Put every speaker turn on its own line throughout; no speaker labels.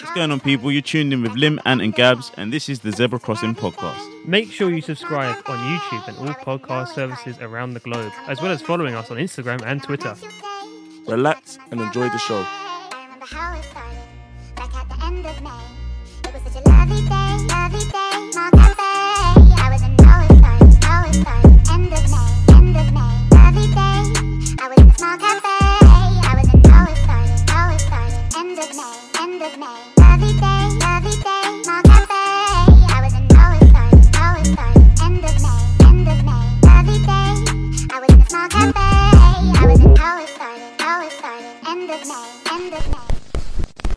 What's going on, people? You're tuned in with Lim, Ant, and Gabs, and this is the Zebra Crossing Podcast.
Make sure you subscribe on YouTube and all podcast services around the globe, as well as following us on Instagram and Twitter.
relax, and enjoy the show.
End of May, end of May.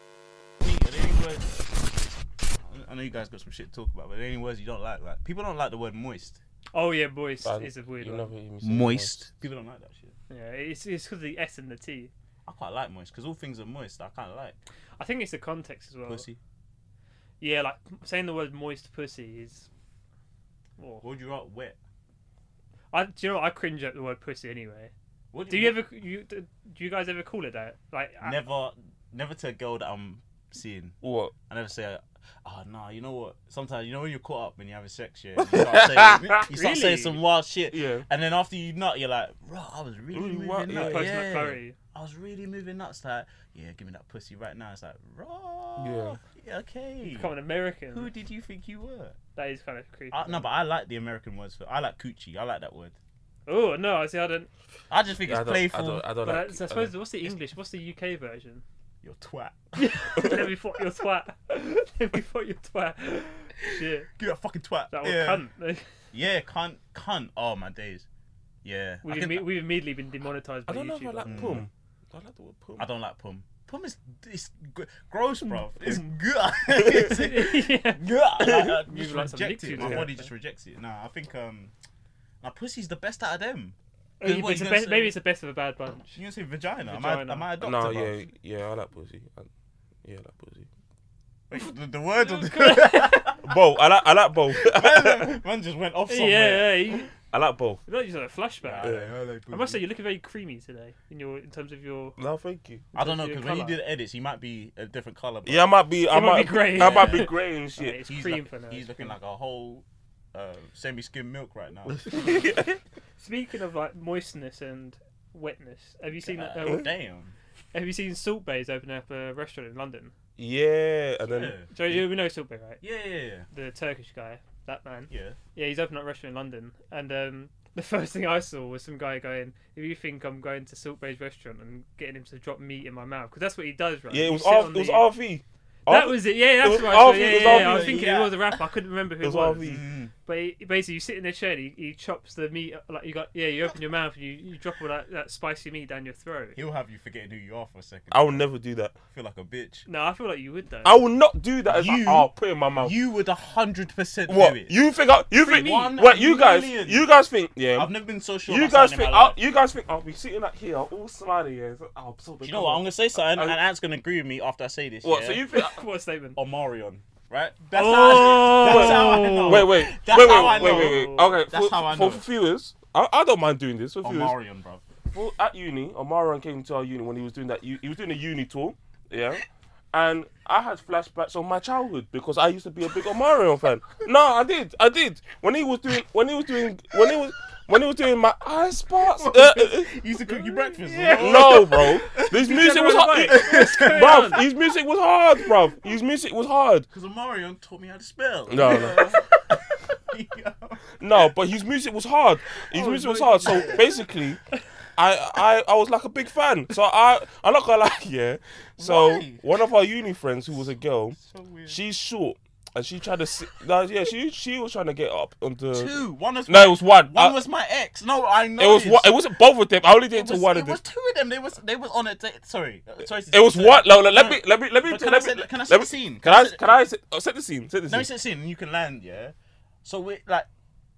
I know you guys got some shit to talk about, but any words you don't like? Like people don't like the word moist.
Oh yeah, moist
But
is a weird
you
one.
never hear me say
Moist. People don't like that shit.
Yeah, it's it's because the S and the T.
I quite like moist because all things are moist. I kind of like
I think it's the context as well.
pussy.
Yeah, like saying the word moist pussy is. Oh.
What would you write? Wet.
I do you know what? I cringe at the word pussy anyway.
What
Do you ever you do you guys ever call it that? Like
Ah.
I-
Never, never to a girl that I'm seeing.
What?
I never say. Oh no, nah, you know what? Sometimes you know when you're caught up and you're having sex, yeah. and You start, saying, you start
Really?
saying some wild shit,
Yeah.
and then after you nut, you're like, bro, I was really,
Really
moving
wild,
nuts.
yeah.
Post Nut Clarity.
I was really moving nuts. Like, yeah, give me that pussy right now. It's like, raw.
Yeah.
Yeah. Okay.
become an American.
Who did you think you were?
that is kind of creepy.
I, no, but I like the American words for. I like coochie. I like that word.
oh no, I see. I don't.
I just think
Yeah, I
it's
don't,
playful.
I don't, I don't
But I,
like.
I suppose what's the English? What's the UK version?
Your twat.
Let me fuck your twat. Let me fuck your twat. Shit,
Give me a fucking twat.
that was
yeah.
cunt.
Yeah, cunt, cunt. Oh my days. Yeah. I,
We've,
can-
imme- we've immediately been demonetized
I
by
don't know if I
YouTube.
like
Mm.
pum. Do I like the word pum?
I don't like pum. Pum is it's gr- gross, bro. It's good. it's
yeah.
good. Like, I
Maybe
just
like some
reject it.
Nicktoons
My
or
body
something.
just rejects it. Nah, I think um, now pussy's the best out of them. 'Cause
Maybe
what
it's,
you
the
gonna
best,
say-
maybe it's the best of a bad bunch.
You gonna say vagina? Am
Vagina.
I am I a doctor? bro?
No, yeah, yeah, I like pussy. I, yeah, I like pussy.
Wait, the, the word of
Both. I like. I like both.
the man just went off
Yeah,
somewhere.
yeah, you,
I like both.
you just had a flashback.
I don't know, like,
I must say, you're looking very creamy today in your in terms of your.
No, thank you.
I don't know
your
because when you
colour.
do the edits, he might be a different color.
Yeah, I might be. I
It might
might
be grey.
I might be grey and
Like,
shit.
it's
he's,
cream
like-
for now.
he's looking like a whole uh, semi-skim milk right now.
Speaking of like moistness and wetness, have you seen that?
Uh,
Uh,
damn.
have you seen Salt Bay's open up a restaurant in London?
yeah, and then
Yeah.
So you we know Salt Bay, right?
Yeah, yeah, yeah.
The Turkish guy, that man.
yeah.
Yeah, he's opened up a restaurant in London, and um, the first thing I saw was some guy going, "If you think I'm going to Salt Bay's restaurant and getting him to drop meat in my mouth, because that's what he does, right?
yeah,
You
it was
sit
R-
on
it was
the-
RV.
That
RV
was it. Yeah, that's
was
right. so
RV,
yeah,
it was
yeah, yeah, I was
RV,
thinking
yeah.
it was a rapper. I couldn't remember who
It
it
was
was.
RV.
Mm.
But he, basically, you sit in the chair and he, he chops the meat like you got. Yeah, you open your mouth and you, you drop all that, that spicy meat down your throat.
He'll have you forgetting who you are for a second.
I will never do that.
feel like a bitch.
No, I feel like you would though.
I will not do that. It's
You-
like, oh, put it in my mouth.
You would a hundred percent do
what?
it.
You think? I, you think?
One
What? You guys?
million.
You guys think? Yeah.
I've never been so sure.
you
about
guys
something in
think?
my
I'll,
life.
you guys think? I'll be sitting out here, all smiling. Yeah. It's like, oh, I'm so
Do you know what? I'm gonna say something,
I-
and Ant's gonna agree with me after I say this.
What?
yeah?
So you think?
what a
Oh,
statement.
Omarion, right? That's
Oh!
how. That's how I know.
Wait, wait,
That's
wait, wait,
how I
wait,
know.
wait, wait. Okay,
That's
for,
how I
for
know.
viewers, I, I don't mind doing this for viewers.
Omarion, bro.
Well, at uni, Omarion came to our uni when he was doing that. u- He was doing a uni tour, yeah. And I had flashbacks of my childhood because I used to be a big Omarion fan. No, I did, I did. When he was doing, when he was doing, when he was, when he was doing my ice parts. uh, uh,
He used to cook you breakfast. bro.
no, bro. His music was
Right.
hard,
What's going on?
bruv. His music was hard, bruv. His music was hard.
Because Omarion taught me how to spell.
No, no. No, but his music was hard. His
Oh,
music was hard. So basically, I, I I was like a big fan. So I I'm not gonna lie, yeah. So
Why?
one of our uni friends who was a girl,
so weird.
she's short and she tried to sit. No, yeah, she she was trying to get up onto.
Two. One was.
No, it was one.
One
I-
was my ex. No, I know.
it was
this.
one. It wasn't both of them. I only did it
It
to
was-
one
it
of them.
was two of them. They was they was on a date. Sorry, Uh, sorry. to-
It was
sorry.
one. No, no, let
No.
me let me let me
But
let
can
me
I set- can I
let
set
me-
the scene?
Can I can I set, oh, set the scene? Set the
Let me
scene.
set the scene and you can land, yeah? So we're like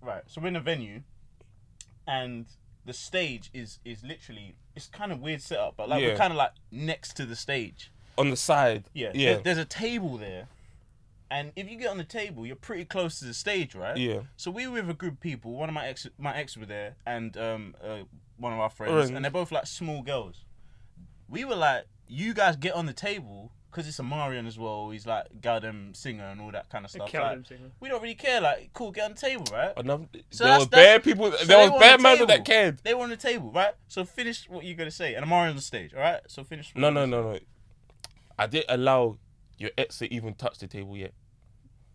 right, so we're in a venue and the stage is is literally it's kind of weird setup, but like we're
Yeah.
kinda like next to the stage.
On the side.
Yeah.
Yeah.
There- there's a table there. And if you get on the table, you're pretty close to the stage, right?
Yeah.
So we were with a group of people. One of my ex, my ex were there, and um, uh, one of our friends,
Friends.
and they're both like small girls. We were like, "You guys get on the table 'cause because it's a Marion as well. He's like Galdem singer and all that kind of stuff.
Kill
like,
them singer.
we don't really care. Like, cool, get on the table, right?
Another,
So
there
that's- that's-
was bare people.
so
Oh, there
they
was
were
bare
on the
men that
table.
cared.
They were on the table, right? So finish what you're gonna say, and Amarion's on stage, all right? So finish.
No, no, no, no. I didn't allow your ex to even touch the table yet.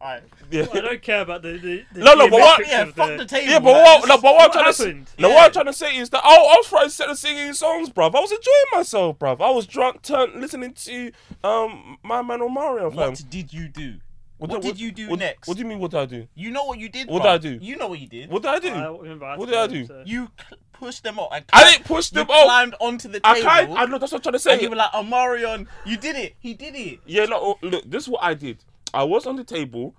All right.
Yeah.
Well, I don't care about the. the, the
No, no, but what-
geometrics
Yeah,
of
fuck the, table.
Yeah, but what? No, but what, I'm
What
trying
happened?
to say, no, what
Yeah.
I'm trying to say is that I, I was trying to set the singing songs, bruv. I was enjoying myself, bruv. I was drunk, turned listening to um my man Omarion, fam.
What did you do? What,
the-
did you do
what-
next?
What do you mean? What did I do?
you know what you did.
What
bruv.
did I do?
You know what you did.
What did I do?
I
Uh,
don't remember.
What did I do?
So.
You cl- pushed them up. And
I didn't push them
you
out.
climbed onto the
I
table.
can't. I know that's what I'm trying to say.
and you were like, Amarion, you did it. He did it.
Yeah, no, oh, look, this is what I did. I was on the table.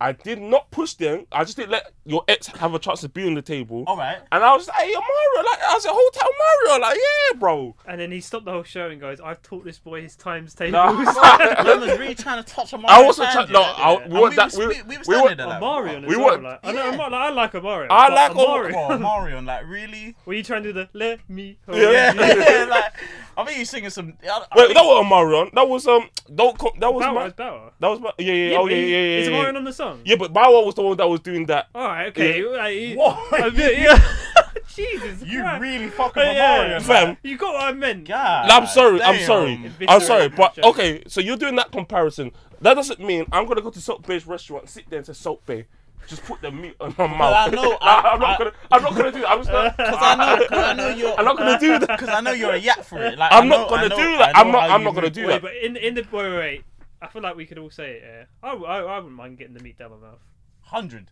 I did not push them. I just didn't let your ex have a chance to be on the table.
All right.
And I was like, hey, Mario, like, I was like, whole time Mario, like, yeah, bro.
And then he stopped the whole show and goes, "I've taught this boy his times tables."
Man
No.
was really trying to touch Amarion.
I wasn't trying. No,
yeah.
I,
And
we were
we
that.
was-
We,
we- we
we
was
were.
standing there like-
Omarion as
We
well.
were-
Like, I know
Yeah.
Omar, like, I like Omarion.
I
but
like Omar-
Omarion.
Oh, Amarion, like really?
Were you trying to do the let me hold
Yeah.
you?
Yeah, like I think you singing some. I, I
Wait,
think-
that wasn't Mario. That was um. Don't. co- That was.
Bow Wow
Ma-
is Bow Wow.
That was. Ma- Yeah, yeah, yeah. Oh,
but
yeah,
he-
yeah, yeah.
Is
yeah,
Omarion
yeah.
on the song?
Yeah, but Bow Wow was the one that was doing that.
All right. Okay.
Yeah.
Like, he-
What?
I mean, yeah. Jesus.
You
Christ.
really fucking
Yeah.
Amarion,
Fam,
You got what I meant.
God.
No, I'm sorry. I'm
damn.
sorry.
Invigorating
I'm sorry. But
joke.
okay, so you're doing that comparison. That doesn't mean I'm gonna go to Salt Bay's restaurant, sit there and say Salt Bay. Just put the meat on my mouth.
I know,
Nah,
I-
I'm not
I-
gonna. I'm not gonna do that. I'm just not.
Because I know, because I know you're.
I'm not gonna do that.
Because I know you're a yap for it. Like,
I'm
I know-
not gonna
I know-
do that.
I know
I'm not-
how
I'm
you
not gonna
move.
do
Wait,
that.
but in in the wait, wait, wait. I feel like we could all say it. Yeah. I, w- I, I wouldn't mind getting the meat down my mouth.
Hundred.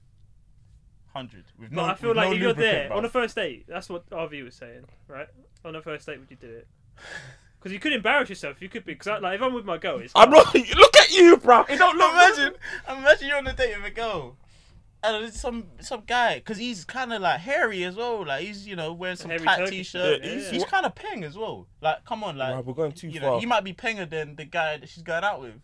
Hundred. With
But
no.
I feel
with
like
no
if you're there
lubricant,
on a
bruv.
first date, that's what RV was saying, right? On a first date, would you do it? Because you could embarrass yourself. You could be because like if I'm with my girl, it's
I'm
fine.
not. Look at you, bro. It don't look.
Imagine, imagine you're on a date with a girl. And it's some some guy, cause he's kind of like hairy as well. Like he's you know wearing some
Hairy
tight
Turkish
t-shirt.
dude, yeah,
he's
yeah.
he's kind of peng as well. Like come on, like
Right, we're going too
you
far.
know you might be penger than the guy that she's going out with,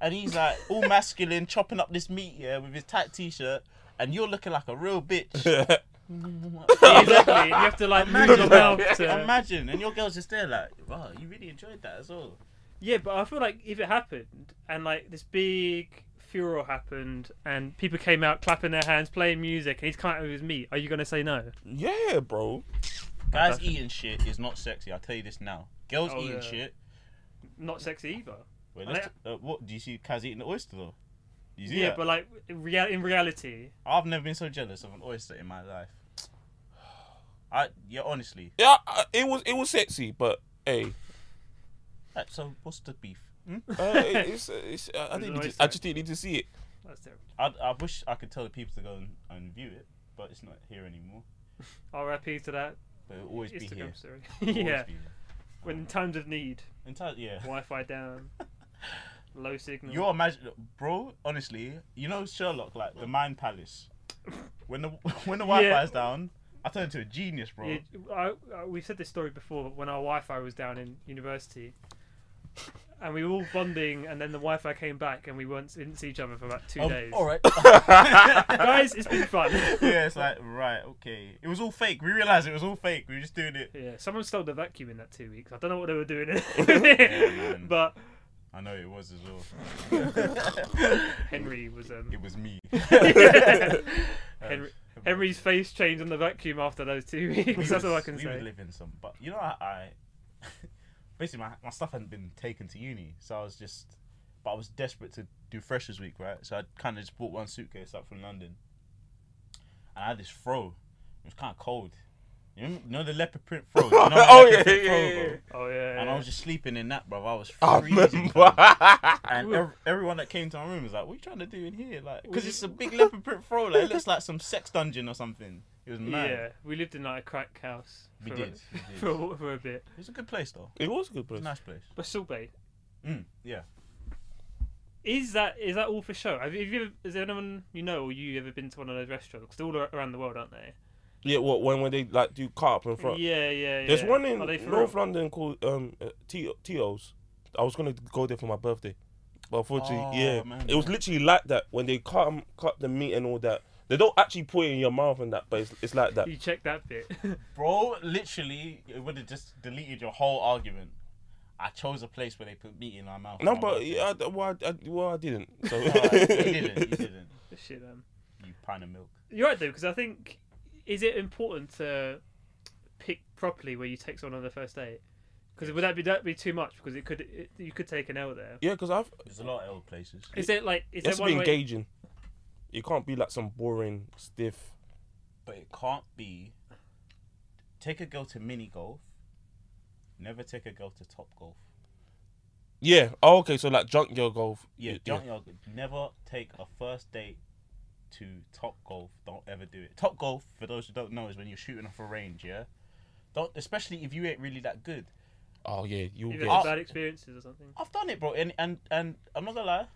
and he's like all masculine, chopping up this meat yeah with his tight t-shirt, and you're looking like a real bitch.
Yeah, exactly. and You have to like move your
Imagine.
mouth. To...
Imagine, and your girl's just there like, wow, you really enjoyed that as well.
Yeah, but I feel like if it happened and like this big furor happened and people came out clapping their hands, playing music, and he's coming out with his meat, are you gonna say no?
Yeah, bro.
Guys
definitely.
eating shit is not sexy. I'll tell you this now. Girls
Oh,
eating
yeah.
shit.
Not sexy either.
Wait,
Are
let's t- uh, what do you see? Kaz eating the oyster though. You see
Yeah,
that?
but like in, real- in reality,
I've never been so jealous of an oyster in my life. I yeah, honestly.
Yeah, I- it was. It was sexy, but hey,
Right, Uh, so what's the beef? Hmm?
uh, it's, it's, I, didn't need to, I just didn't need to see it.
that's terrible.
I, I wish I could tell the people to go and, and view it, but it's not here anymore.
R.I.P. to that
But it'll always be here.
Instagram story.
It'll always
yeah,
be here.
when in times of need.
Entire, yeah.
Wi-Fi down, low signal.
You're imagine, bro. Honestly, you know Sherlock, like the Mind Palace. When the when the Wi-Fi
Yeah.
is down, I turn into a genius, bro.
You- I, I, we've said this story before, but when our Wi-Fi was down in university, and we were all bonding, and then the Wi-Fi came back, and we weren't didn't see each other for about two
Um,
days.
all right,
guys, it's been fun.
yeah, it's like right, okay. It was all fake. We realized it was all fake. We were just doing it.
Yeah, someone stole the vacuum in that two weeks. I don't know what they were doing, in
man.
it. but
I know it was as well.
Henry was um,
it was me.
Henry, Henry's face changed on the vacuum after those two
We
weeks. That's all I
was-
can
we
say.
were living some, but you know, I, I basically my, my stuff hadn't been taken to uni, so I was just, but I was desperate to do freshers week, right? So I kind of just bought one suitcase up from London, and I had this fro. It was kind of cold. You know, you know the leopard print fro. You know the
Oh,
leopard
yeah,
print
yeah,
fro,
yeah,
bro?
yeah.
Oh yeah.
And I was just sleeping in that, bro. I was
I
freezing.
remember.
fam. And ev- everyone that came to my room was like, "What you trying to do in here?" Like, because
you-
it's a big leopard print fro. Like, it looks like some sex dungeon or something. It was
yeah.
mad.
yeah, we lived in like a crack house.
We
for a-
did. We did.
for a, for a bit.
It was a good place though.
It was a good
It was
place.
a nice place.
But still, babe,
Mm, yeah.
is that is that all for show? Have you, have you ever, is there anyone you know or you ever been to one of those restaurants? 'Cause they're all around the world, aren't they?
Yeah, what when when they like do cut up in front.
Yeah, yeah, yeah.
There's one in
Are they for
North
real?
London called um uh, T- To's. I was gonna go there for my birthday, but unfortunately,
Oh,
yeah,
man.
it was literally like that when they cut 'em- cut the meat and all that. They don't actually put it in your mouth and that, but it's, it's like that.
You check that bit.
Bro, literally, it would have just deleted your whole argument. I chose a place where they put meat in our mouth.
No,
and I
but
went there.
yeah, I, well, I, I- well, I didn't. So
Alright, Oh, you didn't. You didn't.
Shit, um,
You pint of milk.
you're right though, because I think is it important to pick properly where you take someone on the first date? Because would that be that be too much? Because it could it, you could take an L there.
yeah, because I've
There's a lot of old places.
Is it like is
it has
there
to be
one way?
engaging. You can't be like some boring stiff.
but it can't be. Take a girl to mini golf. Never take a girl to top golf.
Yeah. Oh, okay. So like junk girl golf.
Yeah, don't y'all never take a first date to top golf. Don't ever do it. Top golf, for those who don't know, is when you're shooting off a range. Yeah, don't especially if you ain't really that good.
Oh yeah, you'll
You've
get
had
Oh.
bad experiences or something.
I've done it, bro, and and and I'm not gonna lie,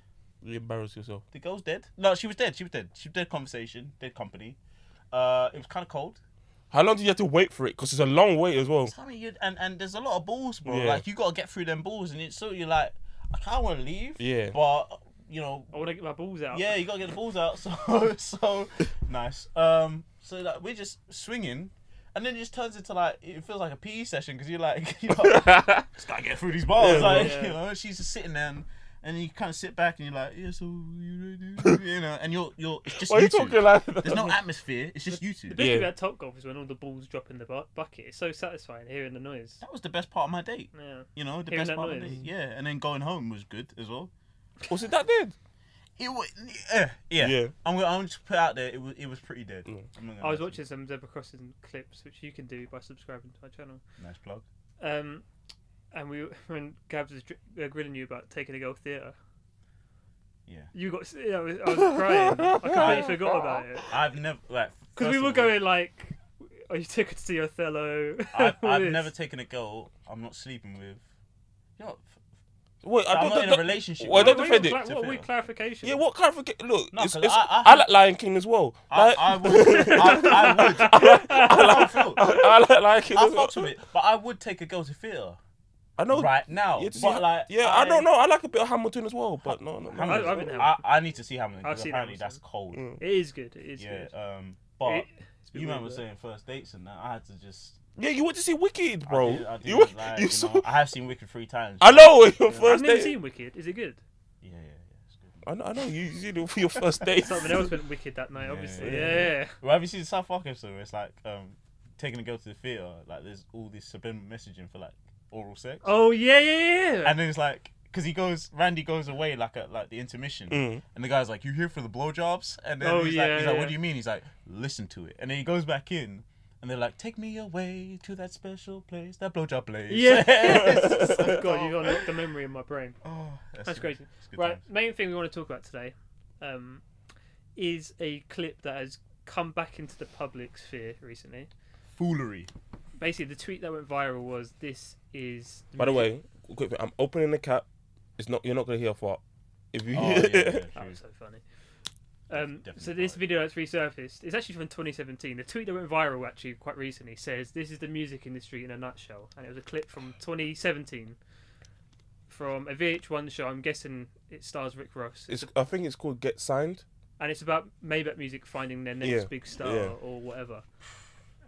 you embarrass yourself.
the girl's dead. No, she was dead. She was dead. She was dead. Conversation, dead company. Uh, it was kind of cold.
How long did you have to wait for it? Because it's a long wait as well.
Tommy, you and and there's a lot of balls, bro.
Yeah.
Like you gotta get through them balls, and it's so you're like, I kind of want to leave.
Yeah.
But you know,
I want to get my balls out.
yeah, you gotta get the balls out. So so nice. Um, so like we're just swinging, and then it just turns into like it feels like a PE session because you're like, you know, just gotta get through these balls.
Yeah.
like
Yeah.
you know, she's just sitting there. And, and you kind of sit back and you're like, yeah, so you ready?" you know, and you're you're it's just
Why are you
two.
talking like
There's
that?
no atmosphere. It's just you two.
The best
Yeah.
thing about top golf is when all the balls drop in the bu- bucket. It's so satisfying hearing the noise.
That was the best part of my date.
Yeah.
You know, the
Hearing
best
that
part of my
noise.
date. Yeah, and then going home was good as well.
Was it that dead?
It was, yeah, yeah.
Yeah.
I'm gonna, I'm gonna just put it out there. It was, it was pretty dead.
Mm.
I'm not gonna
I was
lie to
watching some zebra crossing clips, which you can do by subscribing to my channel.
you. Nice plug.
Um, and we when Gabs was dr- uh, grilling you about taking a girl theatre,
Yeah.
you got s- yeah, I was, I was crying. I completely forgot about it
I've never like
because we
first of
were
all,
going like, "Are you taking to see Othello?"
I've,
all
I've
this.
never taken a girl I'm not sleeping with. You know, f-
Wait, I
I'm
don't.
not in a
don't-
relationship.
Well, I
Wait,
don't
wait,
defend
what,
it.
cla- what weird clarification?
Yeah, what clarification? Look,
No,
it's,
'cause
it's,
I-
I,
I
like Lion King as well.
I,
Like-
I would, I, I would, I, I would. I,
I like Lion King.
I
as well.
fucked with it, but I would take a girl to theatre
I know.
right now.
Yeah, to see
but
how-
like,
yeah, I, don't know. I like a bit of Hamilton as well, but no, no, no.
Hamilton-
I- I've been to
I, I need to see Hamilton.
I've
because
seen
apparently
Hamilton.
that's cold.
Mm.
It is good. It is
Yeah.
good.
Um, but
It- it's a bit
you man
weird,
was
though.
saying first dates and that. I had to just
Yeah, you went to see Wicked, bro.
I did, I did,
you,
like,
you
you
saw.
know, I have seen Wicked three times.
I know your
I've
first
never
date.
seen Wicked. Is it good?
Yeah, yeah, yeah. It's good.
I know, I know you, you did it for your first date.
Someone else went Wicked that night,
Yeah,
obviously.
yeah,
Yeah.
Well, have you seen the South Park episode where it's like um, taking a girl to the theater? Like, there's all this subliminal messaging for like oral sex,
Oh yeah, yeah, yeah.
and then it's like. Cause he goes, Randy goes away like at like the intermission,
Mm.
and the guy's like, "You here for the blowjobs?" And then
Oh,
he's,
yeah,
like, he's like,
yeah.
"What do you mean?" He's like, "Listen to it," and then he goes back in, and they're like, "Take me away to that special place, that blowjob place."
Yeah.
It's so
Oh, God, you
cool.
unlocked the memory in my brain.
Oh, that's,
That's
good.
crazy.
It's good
Right,
times.
main thing we want to talk about today um, is a clip that has come back into the public sphere recently.
Foolery.
Basically, the tweet that went viral was this is.
By the way, quick thing, I'm opening the cap. It's not. You're not gonna hear a fart. If you.
Oh, yeah, yeah,
That
true.
was so funny. Um,
Definitely
so this
viral.
video that's resurfaced is actually from 2017. The tweet that went viral actually quite recently says this is the music industry in a nutshell, and it was a clip from 2017 from a VH1 show. I'm guessing it stars Rick Ross.
It's. I think it's called Get Signed.
and it's about Maybach Music finding their next
Yeah,
big star
yeah.
or whatever.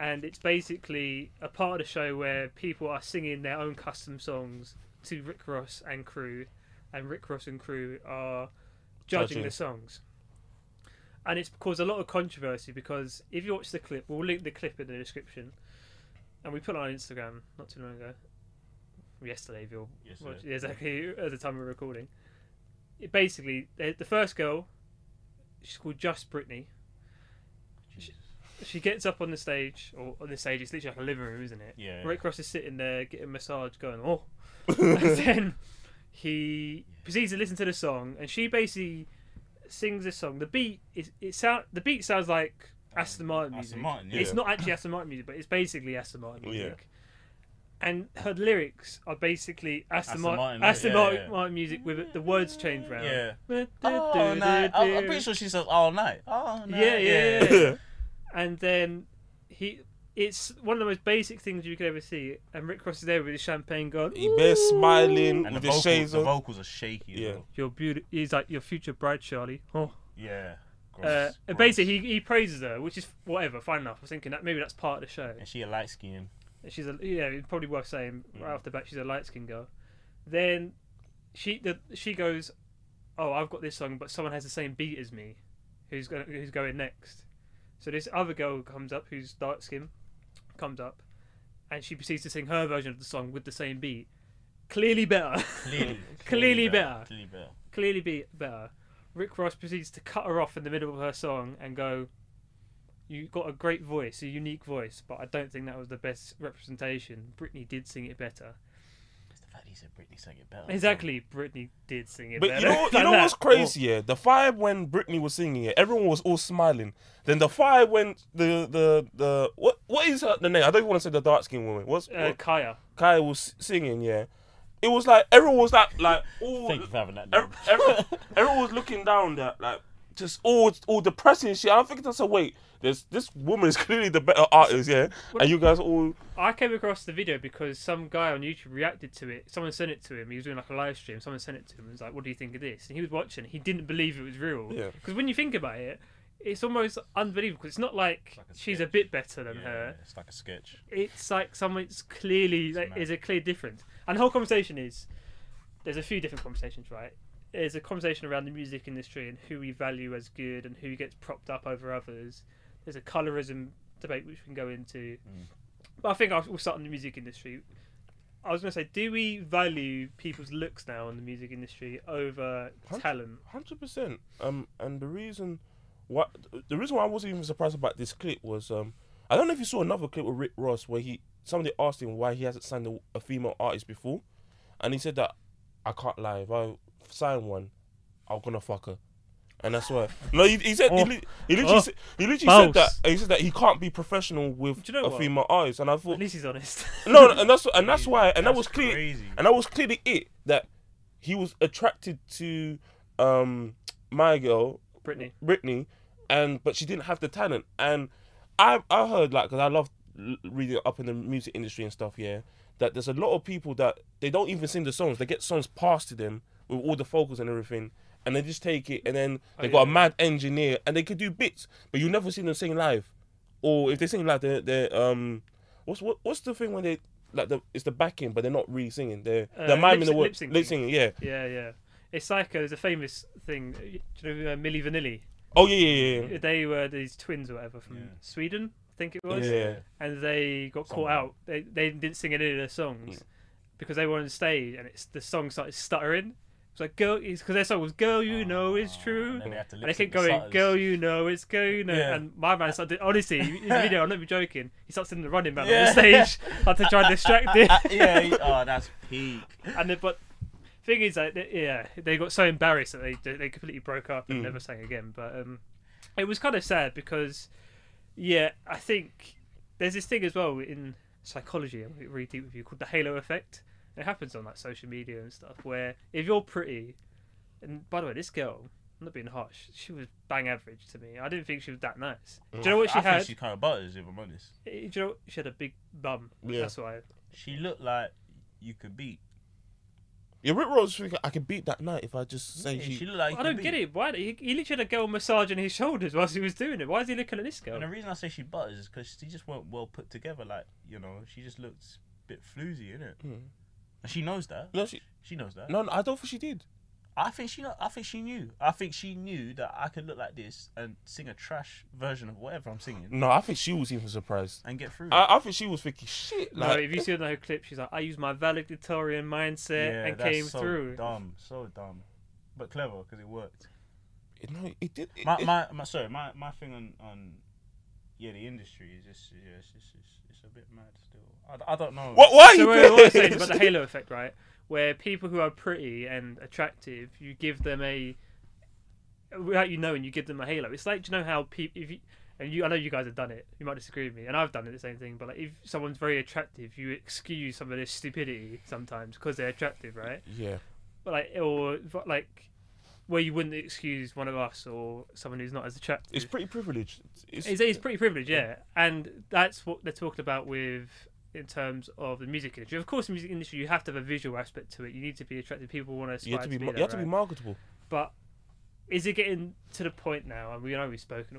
And it's basically a part of the show where people are singing their own custom songs to Rick Ross and crew, and Rick Ross and crew are judging
Judging.
the songs. And it's caused a lot of controversy because if you watch the clip, we'll link the clip in the description, and we put it on Instagram not too long ago, yesterday. If you're
Yesterday.
watch- yeah, exactly at the time we're recording, it basically the the first girl she's called Just Brittany.
Jesus.
She gets up on the stage, or on the stage, it's literally like a living room, isn't it?
Yeah.
Rick Ross is sitting there getting a massage, going, oh. and then he proceeds to listen to the song, and she basically sings this song. The beat is it sound the beat sounds like Aston Martin
Um, Aston
music.
Martin,
It's
yeah. Oh,
not actually Aston Martin music, but it's basically Aston Martin
Yeah.
music. And her lyrics are basically Aston,
Aston
Martin,
Martin,
Aston
yeah,
Martin,
yeah.
music with the words changed round.
Yeah.
Du-
All
du-
night.
du-
I'm I'm pretty sure she says all night. All night.
Yeah, yeah, yeah.
Yeah.
and then he it's one of the most basic things you could ever see and rick cross is there with his champagne going
He bare smiling
And the,
with the,
vocals,
shades
the
on.
vocals are shaky.
Yeah.
Though.
your beauty he's like your future bride charlie oh
Yeah. Gross,
uh,
gross.
basically he, he praises her which is whatever fine enough i was thinking that maybe that's part of the show
And she a light skin.
she's a yeah it's probably worth saying right off the bat she's a light-skinned girl Then she the, she goes, "Oh, I've got this song, but someone has the same beat as me. Who's going who's going next?" So this other girl comes up, who's dark skin, comes up, and she proceeds to sing her version of the song with the same beat. Clearly better.
Clearly,
Clearly better.
Clearly better.
clearly be better. Rick Ross proceeds to cut her off in the middle of her song and go, "You got a great voice, a unique voice, but I don't think that was the best representation. Britney did sing it better."
It's the fact he said Britney sang it better.
Exactly, Britney did sing it
But
better.
you know, you
than
know
that.
what's crazy? Yeah, the vibe when Britney was singing it, everyone was all smiling. Then the vibe when the the the what what is her the name? I don't want to say the dark skinned woman. What's
Uh,
what
Kaya.
Kai was singing? Yeah, it was like everyone was like like all
Thank you for having that.
Uh,
every, every, everyone was looking down that like just all all depressing shit. I'm thinking to myself, wait, this this woman is clearly the better artist, yeah, and you guys all
I came across the video because some guy on YouTube reacted to it. Someone sent it to him. He was doing like a live stream. Someone sent it to him. He was like, "What do you think of this?" And he was watching. He didn't believe it was real.
Yeah.
Because when you think about it, it's almost unbelievable. 'cause it's not like,
like a
she's a
sketch.
bit better than
Yeah,
her.
It's like a sketch.
it's like someone's clearly like,
mad.
is a clear difference. And the whole conversation is there's a few different conversations, right? There's a conversation around the music industry and who we value as good and who gets propped up over others. There's a colorism debate which we can go into. But I think I'll we'll start on the music industry. I was going to say, do we value people's looks now in the music industry over
Hundred-
talent?
Hundred percent. Um, and the reason, what the reason why I wasn't even surprised about this clip was um, I don't know if you saw another clip with Rick Ross where he somebody asked him why he hasn't signed a, a female artist before, and he said that I can't lie if I sign one, I'm gonna fuck her. And I swear, no, he, he said he, li- he literally,
Oh.
said, he literally said that
Balls.
he said that he can't be professional with
Do you know
a
what?
female artist, and I thought
At least he's honest.
no, and that's and that's why, and that
That's
was clear,
crazy.
and that was clearly it that he was attracted to um my girl
Brittany.
Brittany, and but she didn't have the talent. And I I heard like because I love l- reading up in the music industry and stuff. Yeah, that there's a lot of people that they don't even sing the songs. They get songs passed to them with all the vocals and everything. And they just take it, and then they got a
yeah.
mad engineer, and they could do bits, but you never see them sing live, or if they sing live, they're, they're um, what's what, what's the thing when they like the it's the backing, but they're not really singing. They're
Uh,
they're miming
lip-
the
lip
words,
syncing.
lip singing, yeah.
Yeah, yeah. It's like uh, there's a famous thing. Do you know uh, Milli Vanilli?
Oh yeah, yeah, yeah, yeah.
they were these twins or whatever from
Yeah.
Sweden, I think it was,
Yeah.
and they got caught
Somewhere.
out. They they didn't sing any of their songs because they were on stage and it's the song started stuttering. It's like girl, because their song was "Girl, you know it's true,"
And then they had to
and they
lip-sync
kept
the
going
starters.
"Girl, you know it's girl, you know."
Yeah.
And my man started honestly, in the video, I'm not even joking. He starts in the running man
Yeah.
on the stage, had to try and distract it.
Ah, yeah. he- Oh, that's peak.
and then, but thing is, like, they- yeah, they got so embarrassed that they they completely broke up and never sang again. But um, it was kind of sad because, yeah, I think there's this thing as well in psychology. I'm gonna get really deep with you called the halo effect. It happens on like social media and stuff where if you're pretty, and by the way, this girl. I'm not being harsh. She was bang average to me. I didn't think she was that nice. Do you know what she
I
had?
Think she's kind of butters, if I'm honest.
Do you know what? she had a big bum?
Yeah.
That's why.
She looked like you could beat.
Yeah, Rick Ross was thinking I could beat that night if I just say
Yeah,
she.
she looked like you
I
could
don't
beat.
get it. Why he, he literally had a girl massaging his shoulders whilst he was doing it? Why is he looking at this girl?
And the reason I say she butters is because she just weren't well put together. Like you know, she just looked a bit floozy, innit?
Mm.
And she knows that.
No, she,
She knows that.
no, no, I don't think she did.
I think she. Know, I think she knew. I think she knew that I could look like this and sing a trash version of whatever I'm singing
No, I think she was even surprised.
and get through. it.
I, I think she was thinking shit.
No,
Like,
if you see that clip, she's like, I used my valedictorian mindset
yeah,
and
that's
came
so
through.
Dumb, so dumb, but clever because it worked.
no, it did. It,
My,
it-
my, my, sorry, my, my thing on, on, yeah, the industry is just, yeah, it's just, it's, it's a bit mad still. I, d- I don't know.
what? Why?
So
you
we're, we're saying
pissed?
about the halo effect, right? Where people who are pretty and attractive, you give them a without you knowing, you give them a halo. It's like do you know how people if you and you, I know you guys have done it. You might disagree with me, and I've done it the same thing. But like, if someone's very attractive, you excuse some of their stupidity sometimes because they're attractive, right?
Yeah.
But, like or like where you wouldn't excuse one of us or someone who's not as attractive.
It's pretty privileged. It's,
It's, it's pretty privileged, yeah. And that's what they're talking about with in terms of the music industry. Of course, the music industry you have to have a visual aspect to it. You need to be attractive. People want to aspire
you have to be, mar-
that,
you have to be
right?
marketable.
But is it getting to the point now? And we know we've spoken.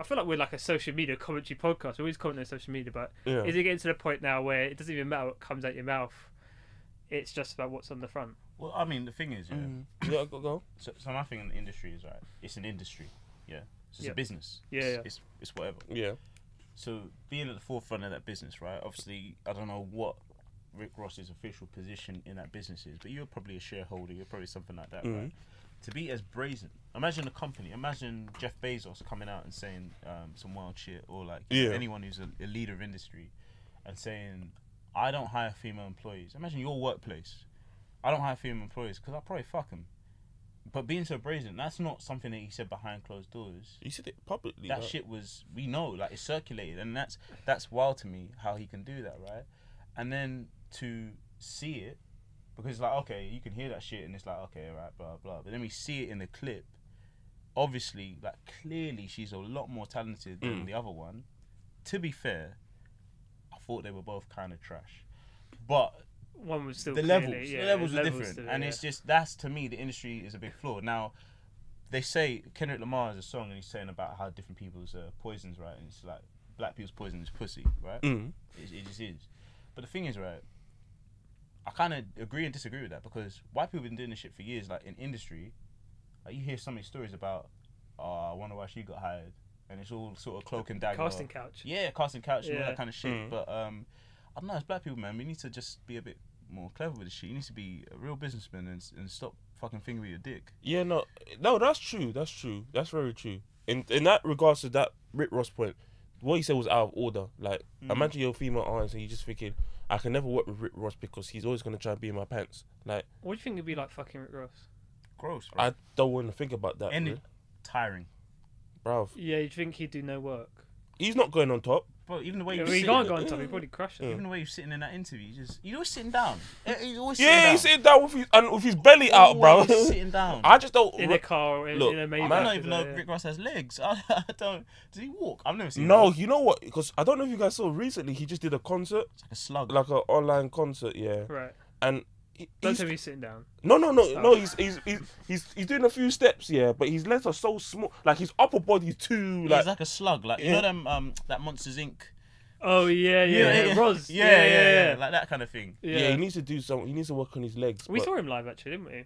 I feel like we're like a social media commentary podcast. We always comment on social media, but
Yeah.
is it getting to the point now where it doesn't even matter what comes out your mouth? It's just about what's on the front.
Well, I mean, the thing is, yeah.
Mm.
Yeah, go go.
So, so my thing in the industry is right. It's an industry, yeah. So it's
Yeah.
a business.
Yeah,
It's-
yeah.
It's, it's whatever.
Yeah.
So being at the forefront of that business, right? Obviously, I don't know what Rick Ross's official position in that business is, but you're probably a shareholder. You're probably something like that, right? To be as brazen, imagine a company. Imagine Jeff Bezos coming out and saying um, some wild shit, or like
Yeah.
anyone who's a, a leader of industry, and saying, "I don't hire female employees." Imagine your workplace. I don't hire female employees because I'll probably fuck them. But being so brazen, that's not something that he said behind closed doors
You said it publicly.
that
like-
shit was we know like it circulated and that's that's wild to me how he can do that right and then to see it because like okay you can hear that shit and it's like okay right blah blah but then we see it in the clip obviously like clearly she's a lot more talented than
Mm.
the other one to be fair i thought they were both kind of trash but
One was still
the
clearly-
levels,
yeah,
the levels are
levels
different,
to it,
and
yeah.
it's just that's to me the industry is a big flaw. Now, they say Kendrick Lamar has a song and he's saying about how different people's uh, poisons, right? And it's like black people's poison is pussy, right?
Mm.
It, it just is. But the thing is, right? I kind of agree and disagree with that because white people have been doing this shit for years, like in industry. Like you hear so many stories about, oh, I wonder why she got hired, and it's all sort of cloak and dagger.
casting couch.
oh, Yeah, casting couch and all
Yeah.
that kind of shit.
Mm.
But um, I don't know. As black people, man, we need to just be a bit more clever with this shit. You need to be a real businessman and, s- and stop fucking fingering your dick.
Yeah, no, no, that's true. That's true. That's very true. In in that regards to that Rick Ross point, what he said was out of order. Like,
Mm.
imagine you're a female artist and you're just thinking, I can never work with Rick Ross because he's always gonna try and be in my pants. Like,
What do you think it'd be like fucking Rick Ross?
Gross. Bro.
I don't want to think about that.
Any tiring.
bro.
Yeah, you think he'd do no work?
He's not going on top.
Bro, even the way
Yeah,
you
well, he
sit-
can't go on top. He'd probably crush it.
even the way you're sitting in that interview, you just you're always sitting down. Eh, He's always sitting
Yeah,
down.
he's sitting down with his and with his belly out, bro.
Always sitting down.
I just don't.
In a car or in,
Look,
in a
I
maybe.
don't even know if Rick Ross has legs. I, don't. Does he walk? I've never seen. him
no,
walk.
you know what? Because I don't know if you guys saw recently, he just did a concert,
It's like a slug.
like an online concert, yeah.
Right.
And he-
Don't
he's
tell me he's sitting down.
No, no, no,
Stop.
no. He's he's, he's he's he's doing a few steps, yeah, but his legs are so small. Like his upper body too.
He's
Like,
like a slug. Like you
Yeah.
know them um that Monsters Inc.
Oh yeah, yeah, yeah. Roz.
Yeah yeah, yeah, Like that kind of thing.
yeah.
yeah. he needs to do something. He needs to work on his legs.
we
but-
saw him live actually, didn't we?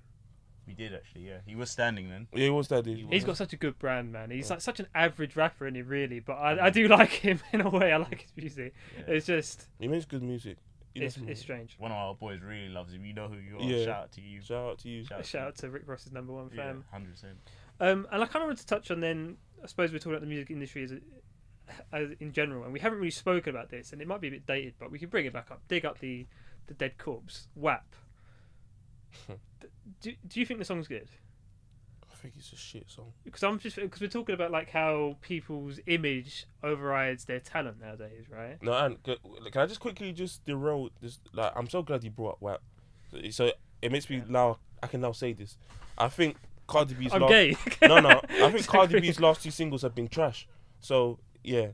We did actually. Yeah, he was standing then.
Yeah, he wants that. Dude.
He's got such a good brand, man. He's like such an average rapper, in he really, but I, I do like him in a way. I like his music. It's just
He makes good music. He
it's,
does
it's
music.
strange.
one of our boys really loves him. You know who you are.
Yeah.
Shout out to you.
Shout out to you.
Shout out,
Shout out to Rick Ross's number one
to you. Yeah,
fan.
100%.
Um, and I kind of wanted to touch on then. I suppose we're talking about the music industry as, a, as in general, and we haven't really spoken about this, and it might be a bit dated, but we can bring it back up. Dig up the the dead corpse. WAP. D- do, do you think the song's good?
I think it's a shit song.
because I'm just because we're talking about like how people's image overrides their talent nowadays, right?
No, and can can I just quickly just derail this? Like, I'm so glad you brought up WAP. So it makes me now. I can now say this. I think Cardi B's.
I'm
last-
gay.
no, no. I think
So
Cardi
great.
B's last two singles have been trash. So yeah,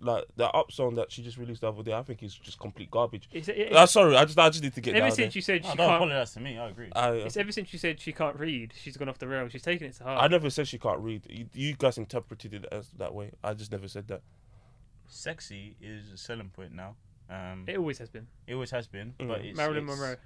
like the up song that she just released the other day, I think is just complete garbage.
It's, it's,
Uh, sorry, I just I just need to get that
ever
out there.
since you said
No,
she
Oh, don't
can't.
apologize to me. I agree.
I, uh,
It's ever since you said she can't read. She's gone off the rails. She's taken it to
I
heart.
never said she can't read. You, you guys interpreted it as that way. I just never said that.
Sexy is a selling point now. Um,
It always has been.
it always has been, but
Mm.
it's,
Marilyn
it's-
Monroe.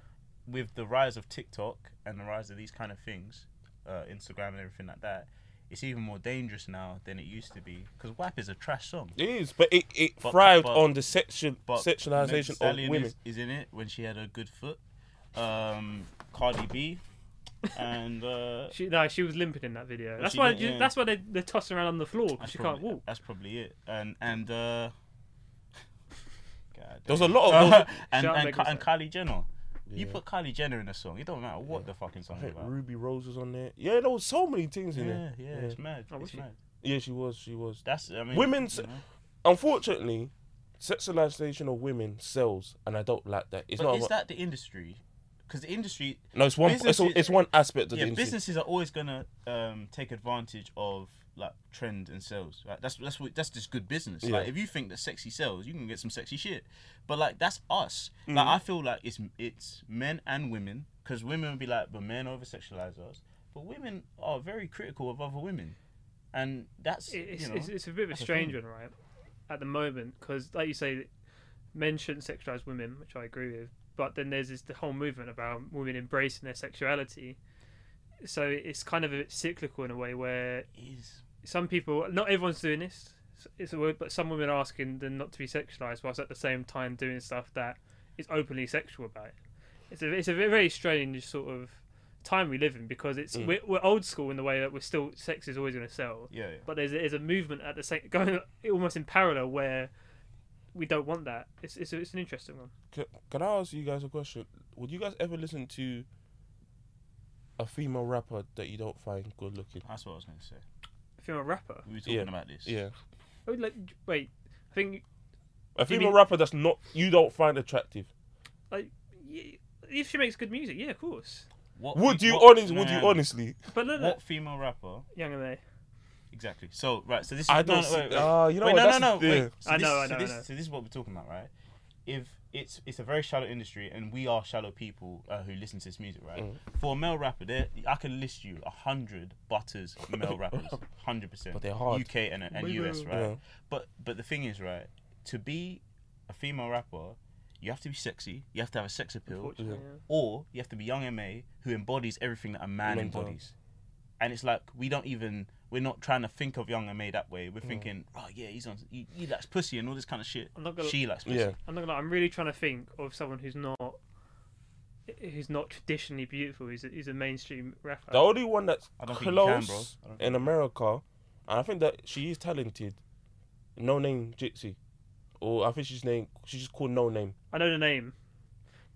With the rise of TikTok and the rise of these kind of things, uh, Instagram and everything like that, it's even more dangerous now than it used to be. Because WAP is a trash song.
It is, but it, it
But-
thrived
but-
on the section
But Meg
sexualization of
Stallion
women.
Is, is in it when she had a good foot. Um, Cardi B, and uh,
She no, she was limping in that video. That's
she
why.
did, yeah.
That's why they they toss her around on the floor because
That's
she
probably,
can't walk.
That's probably it. And and uh, God,
There was a lot of those.
and
Shout out
and, Ki-
Megan
and Kylie Jenner. You
Yeah.
put Kylie Jenner in a song. It don't matter what the fucking
I
song
think
about.
Ruby Rose was on there. Yeah, there was so many things
Yeah,
in
yeah,
there.
it's mad.
Oh, was
it's
she?
mad.
Yeah, she was. She was.
That's I mean,
Women's-
you know.
Unfortunately, sexualization of women sells, and I don't like that. It's
But
not.
is
about-
that the industry? Because the industry,
no, it's one. It's, a,
businesses-
it's one aspect of
yeah,
the industry.
businesses are always gonna um, take advantage of like trend and sales. Right? That's that's what that's just good business.
Yeah.
Like if you think that sexy sells, you can get some sexy shit. But like that's us.
Mm-hmm.
Like I feel like it's it's men and women because women would be like, but men over sexualize us. But women are very critical of other women, and that's
it's,
you know
it's, it's a bit of a
that's a
strange
thing.
one, right? At the moment, because like you say, men shouldn't sexualize women, which I agree with. but then there's this the whole movement about women embracing their sexuality. So it's kind of a bit cyclical in a way where
Is
some people, not everyone's doing this. It's a word, but some women are asking them not to be sexualized, whilst at the same time doing stuff that is openly sexual about it. It's a it's a ve- very strange sort of time we live in because it's we're, we're old school in the way that we're still sex is always going to sell,
yeah, yeah.
but there's a, there's a movement at the same going almost in parallel where we don't want that. It's it's, it's an interesting one.
Can, can I ask you guys a question? Would you guys ever listen to a female rapper that you don't find good looking?
That's what I was gonna say.
Female rapper.
We were talking
Yeah.
about this.
Yeah.
Oh, like wait, I think
A female
mean-
rapper that's not you don't find attractive.
like y- if she makes good music, yeah, of course.
What
Would you
what-
honest? Would
no,
you
no, no.
honestly?
But look,
What female rapper?
Young and May.
Exactly. So right. So this. Is,
I
no,
don't.
no,
see,
wait, wait.
Ah, you know
wait,
what?
no, no,
that's-
no.
yeah.
Wait. So
I
this,
know, I
so
know, I
this,
know.
So this is what we're talking about, right? If it's it's a very shallow industry, and we are shallow people uh, who listen to this music, right?
Mm.
For a male rapper, there I can list you a hundred butters male rappers, hundred percent.
But they're hard.
UK and, and US, right?
Yeah.
But but the thing is, right? To be a female rapper, you have to be sexy. You have to have a sex appeal
Unfortunately, yeah.
or you have to be young MA who embodies everything that a man
Men don't.
embodies. And it's like we don't even we're not trying to think of young MA that way. We're thinking, oh yeah, he's on he, he likes pussy and all this kind of shit.
Mm. I'm not gonna-
she likes pussy.
Yeah. Uh,
I'm not gonna. lie, I'm really trying to think of someone who's not, who's not traditionally beautiful. Who's a, who's a mainstream rapper.
The only one that's
I don't think you can, bro.
close
I don't
in America, and I think that she is talented. No name Gypsy, or I think she's named. She's just called No Name.
I know the name,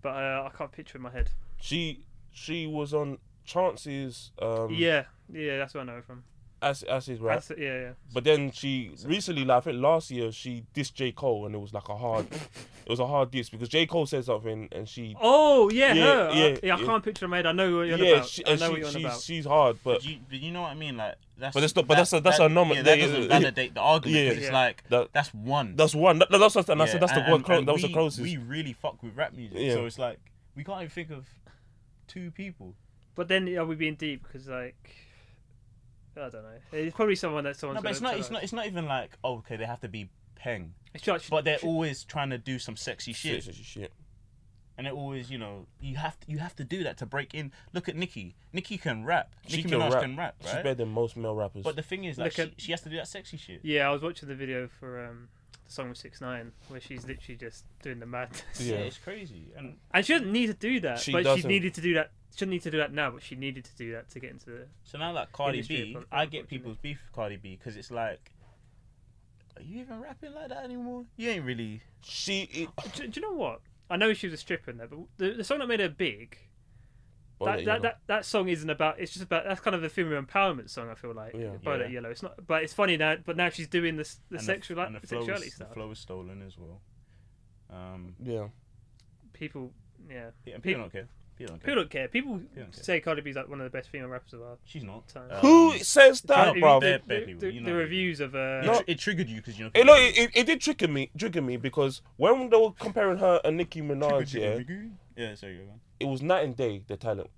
but uh, I can't picture in my head.
She she was on Chance's um
Yeah, yeah, that's where I know her from.
as as his rap,
That's yeah, yeah.
but then she recently, like, I think last year, she dissed J Cole, and it was like a hard, it was a hard diss because J Cole said something, and she
Oh yeah,
Yeah,
her.
yeah,
I, yeah, I
yeah.
can't picture in my head. I know what you're on
yeah,
about.
she,
I
and
know
she,
what you're on
she's
about.
she's hard, but
But you, but you know what I mean, like that's
But that's not- but that's a- that's
that,
a normal-
Yeah, that
yeah,
doesn't
yeah.
validate the argument.
Yeah.
but it's
Yeah.
like
That-
that's one.
that's one. That, that's what- and I
Yeah,
said that's the
and-
one.
and-
Clo-
and
that was
we-
the closest.
We really fuck with rap music,
Yeah.
so it's like we can't even think of two people.
But then are we being deep? Because like, I don't know. It's probably someone that someone.
No, but it's not. It's not. It's not even like oh, okay, they have to be peng,
It's just,
but they're always trying to do some sexy shit.
Shit, shit, shit.
and it always, you know, you have to you have to do that to break in. Look at Nicki. Nicki can rap.
She
Nicki
can
Minaj
rap.
can rap,
She's
right?
better than most male rappers.
But the thing is, like,
Look
she,
at-
she has to do that sexy shit.
Yeah, I was watching the video for um, the song with Six Nine, where she's literally just doing the madness.
Yeah,
Yeah.
it's crazy. And
And she doesn't need to do that,
She
but she
doesn't.
needed to do that. She doesn't need to do that now, but she needed to do that to get into the.
so now, like Cardi
Industry,
B,
but-
I get
unfortunately.
people's beef with Cardi B because it's like, are you even rapping like that anymore? You ain't really.
she, it,
Do, do you know what? I know she was a stripper in there, but the, the song that made her big,
I'll let
that,
you
that,
know.
that, that song isn't about. It's just about that's kind of a female empowerment song. I feel like
Yeah.
Bow That
Yeah.
Yellow. It's not, but it's funny now. But now she's doing this the
and
sexual
and
the sexuality
is,
stuff.
The flow is stolen as well. Um,
yeah.
People, yeah,
yeah,
Pe-
people don't care. People don't care.
people don't care. People
don't care.
say Cardi B's like one of the best female rappers of our.
She's not.
Time.
Um,
Who says
If
that,
you-
bro?
They're-
The,
bad
the-
people,
the-
you
the
know.
reviews of uh,
It,
No.
tr- it triggered you because you know.
You know, it, it, it did trigger me, trigger me because when they were comparing her and Nicki Minaj, yeah,
Yeah, sorry, go on.
it was night and day the talent.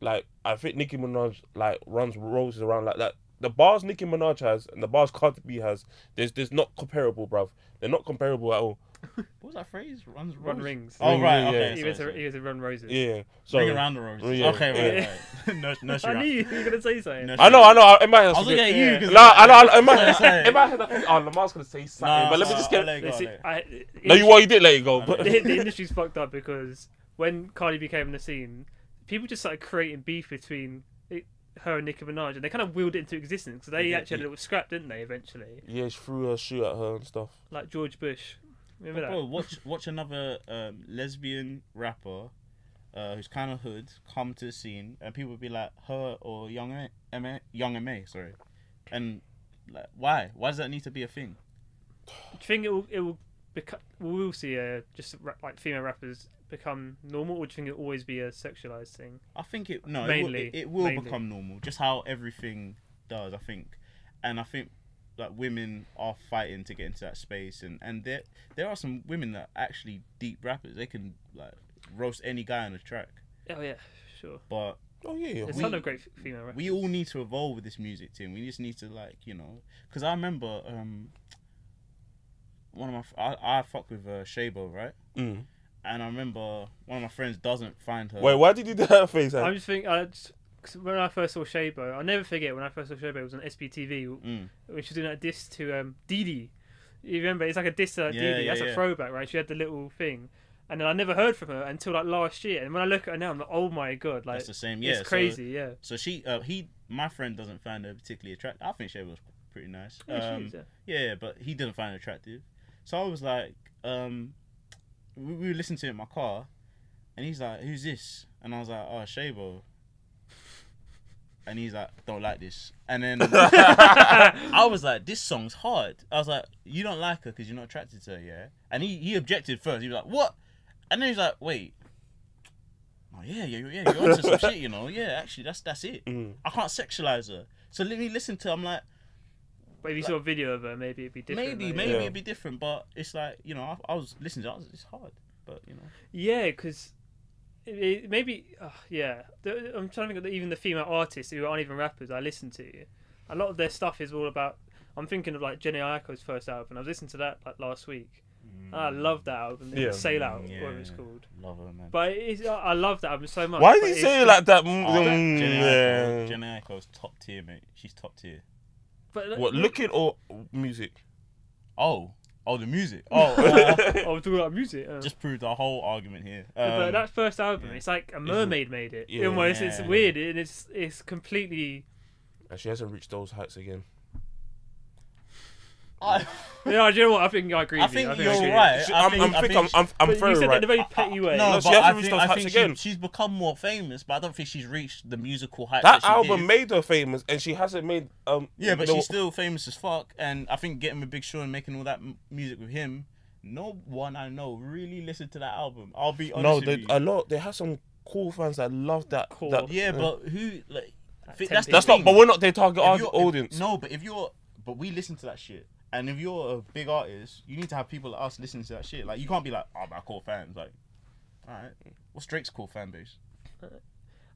Like I think Nicki Minaj like runs rolls around like that. The bars Nicki Minaj has and the bars Cardi B has, there's there's not comparable, bruv. They're not comparable at all.
What was that phrase? Runs,
Run
rose?
Rings.
Oh
Ring,
right,
yeah,
okay.
yeah.
he
sorry,
was a,
sorry.
he was a Run Roses.
Yeah. So
Bring around the roses.
Yeah.
Okay, right, right. no, no,
I
right.
knew you were gonna say something.
No,
I know, I know. I, in my head,
I was looking at you
Yeah.
because
No, I know. I- In my
Sorry, sorry.
head, in my head, I think, oh, Lamar's gonna say something,
Nah,
but let me
nah,
just
I'll
get.
let it go, I'll
They see-
let it go.
I-
No, you what you did let it go. But
the, the industry's fucked up because when Cardi B came on the scene, people just started creating beef between it, her and Nicki Minaj, and they kind of wheeled it into existence. So they
Yeah,
actually had a little scrap, didn't they? Eventually,
yeah, she threw her shoe at her and stuff.
like George Bush. Remember that?
Bro, watch watch another um, lesbian rapper uh, who's kind of hood come to the scene, and people would be like her or Young Ma- Ma, Young Ma, sorry, and like why? Why does that need to be a thing?
Do you think it will? It will become. We will see uh, just ra- like female rappers become normal, or do you think it'll always be a sexualized thing?
I think it no,
Mainly,
it will, it, it will
mainly.
become normal, just how everything does. I think, and I think like women are fighting to get into that space, and and there there are some women that are actually deep rappers. They can like roast any guy on a track,
Oh yeah, sure.
but
Oh yeah,
There's
We-
a ton of great f- female rappers.
we all need to evolve with this music team. We just need to like you know, because I remember um one of my fr- I I fuck with uh, Shabo right,
Mm.
and I remember one of my friends doesn't find her.
Wait, why did you do that face?
I'm
Ant?
just thinking. I just, 'cause when I first saw Shabo, I'll never forget when I first saw Shabo. It was on SBTV,
Mm.
when she was doing that diss to um, Dee Dee. You remember? It's like a diss to like,
Yeah,
Dee Dee.
yeah,
That's
yeah.
a throwback, right? She had the little thing, and then I never heard from her until like last year. And when I look at her now, I'm like, oh my god, like
That's the same. Yeah,
it's
so-
crazy. yeah,
So, she, uh, he, my friend doesn't find her particularly attractive. I think she was pretty nice.
yeah,
Um,
she is, yeah.
Yeah, but he didn't find it attractive. So I was like, um, we, we were listening to it in my car, and he's like, "Who's this?" And I was like, "Oh, Shabo." And he's like, "Don't like this." And then I was like, "This song's hard." I was like, "You don't like her because you're not attracted to her, yeah?" And he he objected first. He was like, "What?" And then he's like, "Wait." Oh, yeah, yeah, yeah, you're onto some shit, you know. Yeah, actually, that's that's it.
Mm.
I can't sexualize her. So let me listen to. I'm like,
But if you saw a video of her, maybe it'd be different.
maybe,
like-
maybe
Yeah.
it'd be different, but it's like you know, I, I was listening to, it, I was, it's hard, but you know,
Yeah, because maybe, uh, yeah. The- I'm trying to think of the, even the female artists who aren't even rappers I listen to. A lot of their stuff is all about. I'm thinking of like Jenny Ayako's first album. I was listening to that like last week. And I love that album.
Yeah.
Yeah. Sail Out, or whatever
Mm.
it's
Yeah.
called.
love her man.
But it is, I I love that album so much.
Why
but
did you
it's
say it
just-
like that? Mm,
Oh,
mm,
Jenny
yeah.
Aiko- Jenny Aiko's top tier, mate. She's top tier.
But
What, looking or music?
Oh, oh, the music. Oh, uh,
I was talking about music. uh.
just proved our whole argument here.
but
Um,
that first album,
yeah.
it's like a mermaid made it.
Yeah.
Almost, it's
Yeah.
weird and it's it's completely.
And she hasn't reached those heights again.
I,
Yeah, do you know what? I think I agree.
I
with you.
think
I
you're
agree.
right.
She-
I
I'm,
think-
I'm,
I
think
think
I'm, I'm, I'm
But
very
you said that
right.
in a very petty way.
no,
No, she
but I
hasn't reached
think,
those
I
heights
think
again.
She, she's become more famous, but I don't think she's reached the musical heights.
that
she
album
did.
made her famous, and she hasn't made um.
Yeah, but
no-
she's still famous as fuck, and I think getting with Big Sean and making all that m- music with him, no one I know really listened to that album. I'll be honest
no.
with
They,
you.
a lot. They have some cool fans that love that.
Cool.
that
yeah, but who like? fi-
10
that's the
that's
thing.
not. But we're not their target
If
aud-
you're- if-
audience.
no, but if you're, but we listen to that shit, and if you're a big artist, you need to have people like us listening to that shit. Like you can't be like, oh, my core fans. Like, all right, what's Drake's core fan base?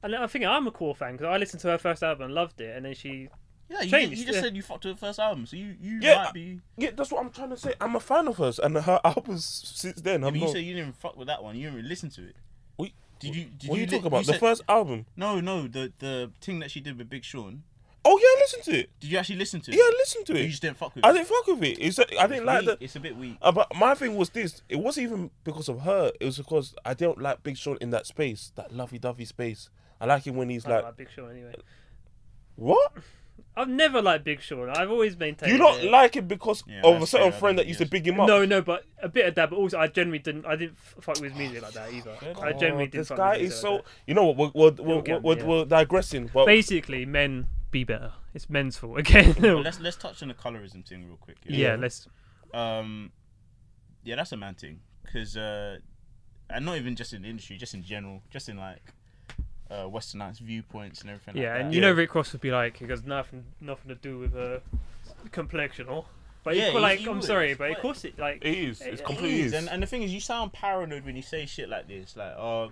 And I think I'm a cool fan because I listened to her first album and loved it, and then she.
Yeah, you,
Changed,
you just
yeah.
said you fucked with the first album, so you you
Yeah,
might be.
Yeah, that's what I'm trying to say. I'm a fan of hers, and her albums since then.
I
I'm
mean, you
not.
say you didn't even fuck with that one. You didn't even listen to it.
What-
Did you? Did
what are you
li-
talking about? The
said-
first album.
No, no, the the thing that she did with Big Sean.
Oh yeah, I listened to it.
Did you actually listen to? it?
Yeah, I listened to
You
it.
just didn't fuck with.
I
it.
didn't fuck with it. It's, I
It's
didn't like
weak.
the.
It's a bit weak.
Uh, but my thing was this: it wasn't even because of her. It was because I don't like Big Sean in that space, that lovey-dovey space. I like him when he's
I don't
like,
like Big Sean anyway.
"What?
I've never liked Big Sean. I've always maintained.
You don't
it.
like it because
Yeah,
of a
that's
certain
fair, I
friend that
think,
used to
yes.
big him up."
No, no, but a bit of that. But also, I generally didn't. I didn't f- fuck with music like that either. I generally didn't.
Oh, this
fuck
guy
with music
is
like
so.
that.
You know what? We're we're, we're,
get
we're,
him,
we're,
yeah.
digressing, but
Basically, men be better. It's men's fault again.
But
yeah,
let's let's touch on the colorism thing real quick.
let's.
Um, yeah, that's a man thing, cause uh, and not even just in the industry, just in general, just in like uh Westernized viewpoints and everything.
Yeah,
like
and
that.
you know Rick Ross would be like, he goes nothing, nothing to do with her complexion, or. But
Yeah,
yeah, like,
he- he
I'm
would,
sorry, but of
but-
course it like.
it is. It's
It
It
completely
is,
is.
And, and the thing is, you sound paranoid when you say shit like this. Like, oh,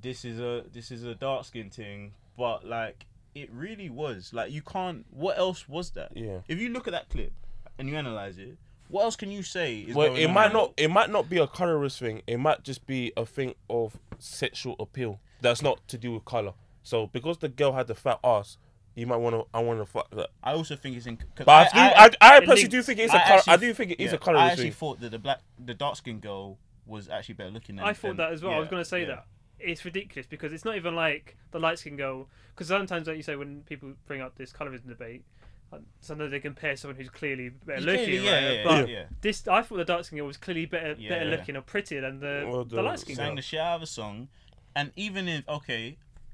this is a this is a dark skin thing, but like it really was. Like, you can't. What else was that?
Yeah.
If you look at that clip and you analyze it, what else can you say? Is
well,
going
it
on
might
here?
not. It might not be a colorist thing. It might just be a thing of sexual appeal that's not to do with color. So because the girl had the fat ass, you might want to. I want to fuck that.
I also think it's in. 'cause
But I, do, I, I, personally
think-
do think it's a. colour I do think it is
yeah,
a
I
colorist
actually
thing.
thought that the black, the dark skinned girl was actually better looking. Than,
I thought
than-
that as well. I was
yeah,
going to say
yeah.
that. It's ridiculous because it's not even like the light skin girl. Because sometimes, like you say, when people bring up this colorism debate, um, sometimes they compare someone who's clearly better
He's
looking.
clearly- yeah,
right?
yeah, yeah,
but
yeah.
this, I thought the dark skin girl was clearly better,
Yeah,
better
yeah.
looking or prettier than the,
Well,
the,
the-
light skin
sang
girl.
the shit out of a song, and even if okay,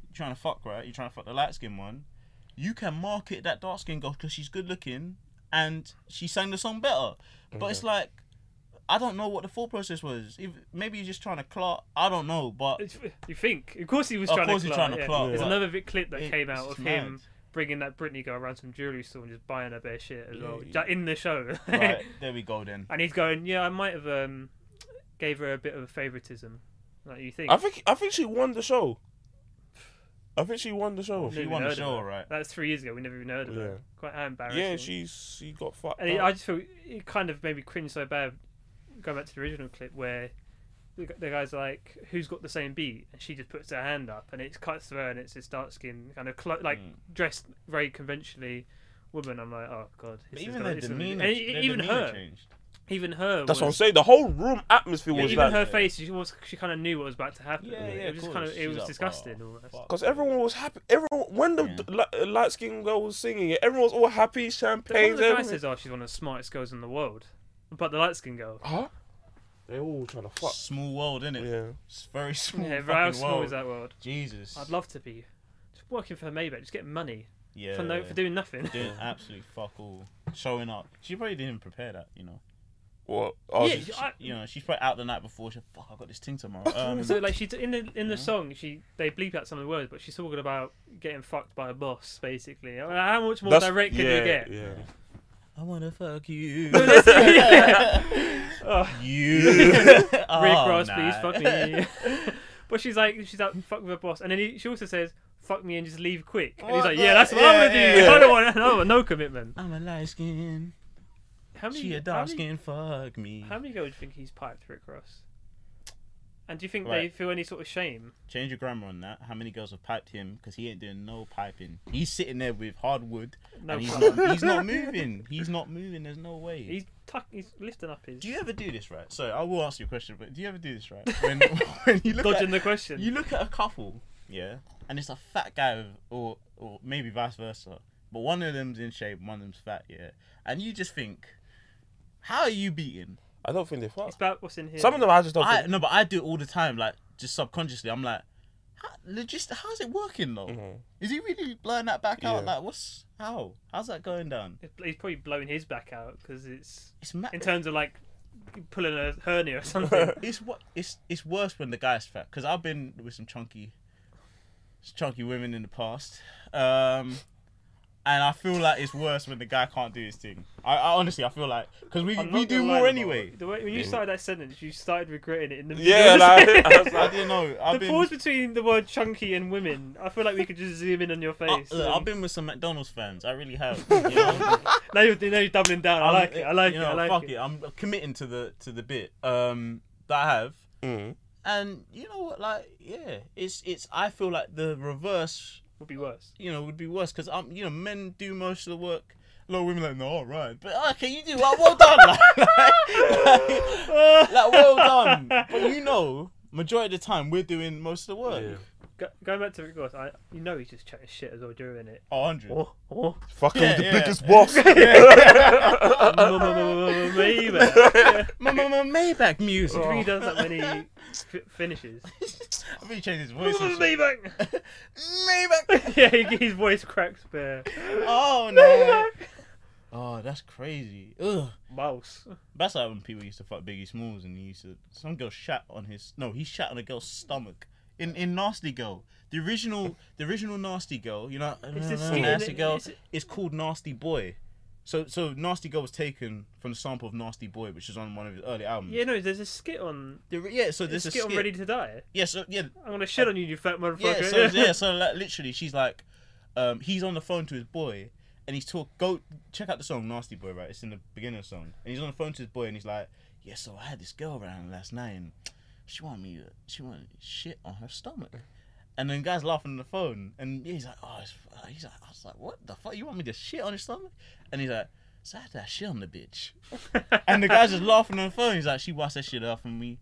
you're trying to fuck right, you're trying to fuck the light skinned one, you can market that dark skinned girl because she's good looking and she sang the song better. But it's like. I don't know what the thought process was. If, maybe you're just trying to clock. I don't know, but
It's- You think? Of course he was
Of
trying
course
to
he's
clout.
trying to
yeah.
clout,
There's
but
another bit clip that
it-
came
it's
out of
just
him
mad.
bringing that Britney girl around some jewelry store and just buying her bare shit as well
Yeah.
ju- in the show.
right, there we go then.
and he's going, "Yeah, I might have um, gave her a bit of favoritism." Like you think?
I think. I think she won the show. I think she won the show.
She
Never
won the
heard of
show,
her.
right?
That was three years ago. We never even heard of
Yeah.
her. Quite embarrassing.
Yeah, she she got fucked.
And it,
up.
I just feel it kind of made me cringe so bad. Going back to the original clip where the, the guy's like, "Who's got the same beat?" And she just puts her hand up, and it cuts to her, and it's this dark skin kind of clo-
Hmm.
like dressed very conventionally woman. I'm like, "Oh God!" this is
even
gonna-
their
this is gonna be-"
demeanor,
and e-
their
even
demeanor
her,
changed.
even her.
That's what I'm
was-
saying. The whole room atmosphere was
Even
like
her face, she was she kind of knew what was about to happen.
Yeah, yeah,
it
of
was just kind of
course.
it
She's
was
like,
disgusting
"Oh,
almost.
fuck."
Because everyone was happy. Everyone, when the li- light skinned girl was singing it, everyone was all happy,
But one
champagne.
of the guys
everything.
says, "Oh, she's one of the smartest girls in the world," but the light skinned girl.
Huh? They're all trying to fuck.
Small world, innit?
Yeah.
It's very small.
Yeah,
fucking
how small
world.
is that world?
Jesus.
I'd love to be just working for Maybach, just get money
yeah,
for no for doing nothing.
doing absolute fuck all, showing up. She probably didn't even prepare that, you know.
What?
yeah,
Oh,
she-
She-
I,
you know, she's probably out the night before. She fuck, I got this thing tomorrow. Um,
so like she in the in the song she they bleep out some of the words, but she's talking about getting fucked by a boss basically. I mean, how much more
that's-
direct can
yeah,
you get?
Yeah.
I wanna fuck you.
Oh.
you. oh,
Rick Ross,
nah.
please fuck me. but she's like, she's like, fuck with her boss, and then he, she also says, fuck me and just leave quick. And he's
What
like,
the-
yeah, that's what
yeah,
I'm gonna do.
yeah.
I don't want no, no commitment.
I'm a light skin.
How many,
She a
how,
dark
many,
skin. Fuck me.
how many girls do you think he's piped, Rick Ross? And do you think they
Right.
feel any sort of shame?
Change your grammar on that. How many girls have piped him? Because he ain't doing no piping. He's sitting there with hardwood,
No,
and he's
problem.
not, he's not moving. He's not moving. There's no way.
he's tuck, he's lifting up his
do you ever do this right? So I will ask you a question, but do you ever do this right? When, when you look
dodging
at,
the question.
You look at a couple, yeah, and it's a fat guy, with, or or maybe vice versa. But one of them's in shape, one of them's fat, yeah, and you just think, how are you beating?
I don't think they
It's
fuck.
about what's in here.
Some of them I just don't.
I
Think,
no, but I do it all the time, like just subconsciously. I'm like, how, legit, how's it working though? Is he really blowing that back out?
Mm-hmm. Yeah.
Like, what's how? How's that going down?
he's probably blowing his back out because it's
It's ma-
in terms of like pulling a hernia or something.
it's what it's it's worse when the guy's fat because I've been with some chunky, chunky women in the past, um, and I feel like it's worse when the guy can't do his thing. I, I honestly I feel like because we
I'm
we
not
do
gonna lie,
more
Lamar.
anyway.
The way, when you started that sentence, you started regretting it in the middle.
yeah, like, I was
I
like,
didn't know. I've
the
been
pause between the word chunky and women. I feel like we could just zoom in on your
I,
face.
Oh, uh, look, I've
and-
been with some McDonald's fans. I really have. You know?
now, you're, now you're doubling down. I
I'm-
like it. I like
you
it.
know,
I like
fuck
it.
it. I'm committing to the to the bit um, that I have.
mm.
And you know what? Like, yeah, it's it's. I feel like the reverse
Would be worse.
you know, would be worse because um, you know, men do most of the work. A lot of women are like, no, all right, but okay, you do well, well done, like, like,
Uh,
like, well done. But you know, majority of the time we're doing most of the work.
yeah.
Go, going back to Rick Ross, I, you know he's just chatting shit as well during it.
Oh, hundred.
Oh, oh,
Fucking
Yeah,
the
yeah.
biggest boss.
maybe. Yeah.
My mama Maybach music.
He does that when he f- finishes.
I'm gonna change his voice. and shit.
Maybach.
Maybach.
yeah, he- his voice cracks bare.
Oh no. Oh, that's crazy. Ugh.
Mouse.
That's like when people used to fuck Biggie Smalls and he used to some girl shat on his no, he shat on a girl's stomach. In in Nasty Girl. The original the original Nasty Girl, you know
It's the skin,
Nasty
it-
Girl
it's-
is called Nasty Boy. So so Nasty Girl was taken from the sample of Nasty Boy, which is on one of his early albums.
Yeah, no, there's a skit on.
The re- yeah so
There's
there's
a
a
skit, Uh, on Ready to Die.
Yeah, so yeah,
I'm gonna shit on you, you fat
yeah,
motherfucker.
so yeah, so like, literally, she's like, um, he's on the phone to his boy, and he's talk. Go check out the song "Nasty Boy," right? It's in the beginning of the song, and he's on the phone to his boy, and he's like, "Yeah, so I had this girl around last night, and she wanted me, to, she wanted shit on her stomach." And then guy's laughing on the phone, and he's like, "Oh, it's, uh," he's like, I was like, what the fuck? You want me to shit on your stomach?" And he's like, "So I had to shit on the bitch." and the guy's just laughing on the phone. He's like, "She washed that shit off, and we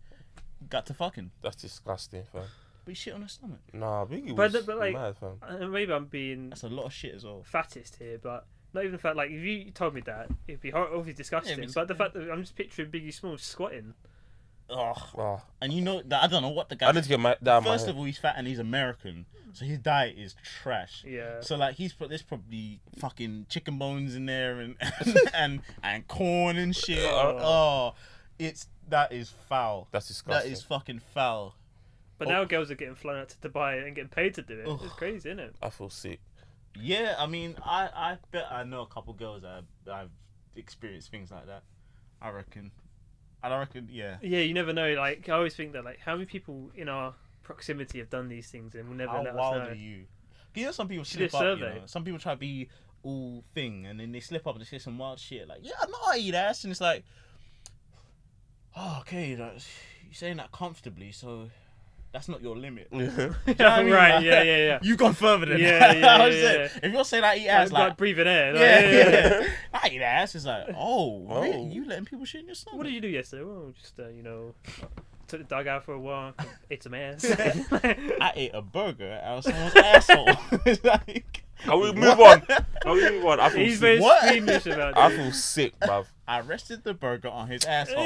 got to fucking."
That's disgusting, fam.
But he shit on her stomach.
Nah, Biggie
But
was
the- but, like-
mad, fam.
And Uh, maybe I'm being
That's a lot of shit as well.
fattest here, but not even the fact like if you told me that, it'd be hor- obviously disgusting.
it's-
but the fact that I'm just picturing Biggie Smalls squatting.
Ugh.
Oh,
And you know that I don't know what the guy.
I need to get my down
First
my head.
of all, he's fat and he's American, so his diet is trash.
Yeah.
So like he's put there's probably fucking chicken bones in there and and and, and corn and shit. Oh, it's that is foul.
That's
That
disgusting.
is fucking foul.
But now girls are getting flown out to Dubai and getting paid to do it. It's crazy, isn't it?
I feel sick.
Yeah, I mean, I I bet I know a couple girls that have, have experienced things like that. I reckon. And I reckon, yeah.
Yeah, you never know. Like I always think that like how many people in our proximity have done these things and will never
How
let
wild
us know.
are you? You know, some people
Should do a
slip up. You
survey.
know? Some people try to be all thing, and then they slip up and they say some wild shit like, "Yeah, I know I eat ass," and it's like, oh, okay, that's, you're saying that comfortably, so that's not your limit.
Yeah.
You know what I mean?
Right,
Like,
yeah, yeah, yeah.
You've gone further than
Yeah,
that.
yeah,
I was
yeah,
saying,
yeah.
If you're saying I eat
Like,
ass,
like,
like,
breathing air. like,
yeah,
yeah, yeah, yeah.
yeah. I eat ass. It's like, oh,
Oh.
really? you letting people shit in your stomach?
What did you do yesterday? Well, just uh, you know, took the dog out for a walk, ate some ass.
I ate a burger out of someone's asshole. It's like,
Can we move
what?
on? Can we move on? I feel
He's
sick.
very
What?
squeamish about
I
it.
feel sick, bruv.
I rested the burger on his asshole.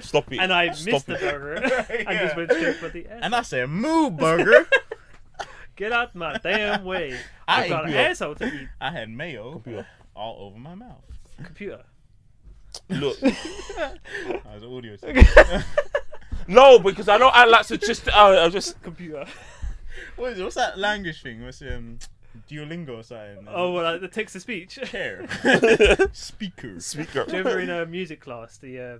Stop it.
And I
Stop
missed the
it.
burger. I
Yeah.
just went straight for the ass.
and I said, move, burger.
Get out my damn way.
I
I got an
agree.
asshole to eat.
I had mayo
Computer.
all over my mouth.
Computer.
Look,
That was audio. tape.
no, because I know I like to just. oh, I, I just.
Computer.
what is it? What's that language thing? What's um, Duolingo or something?
Oh, well, uh, the text to speech. Do
care. Speaker.
Speaker.
you ever in a music class, the uh,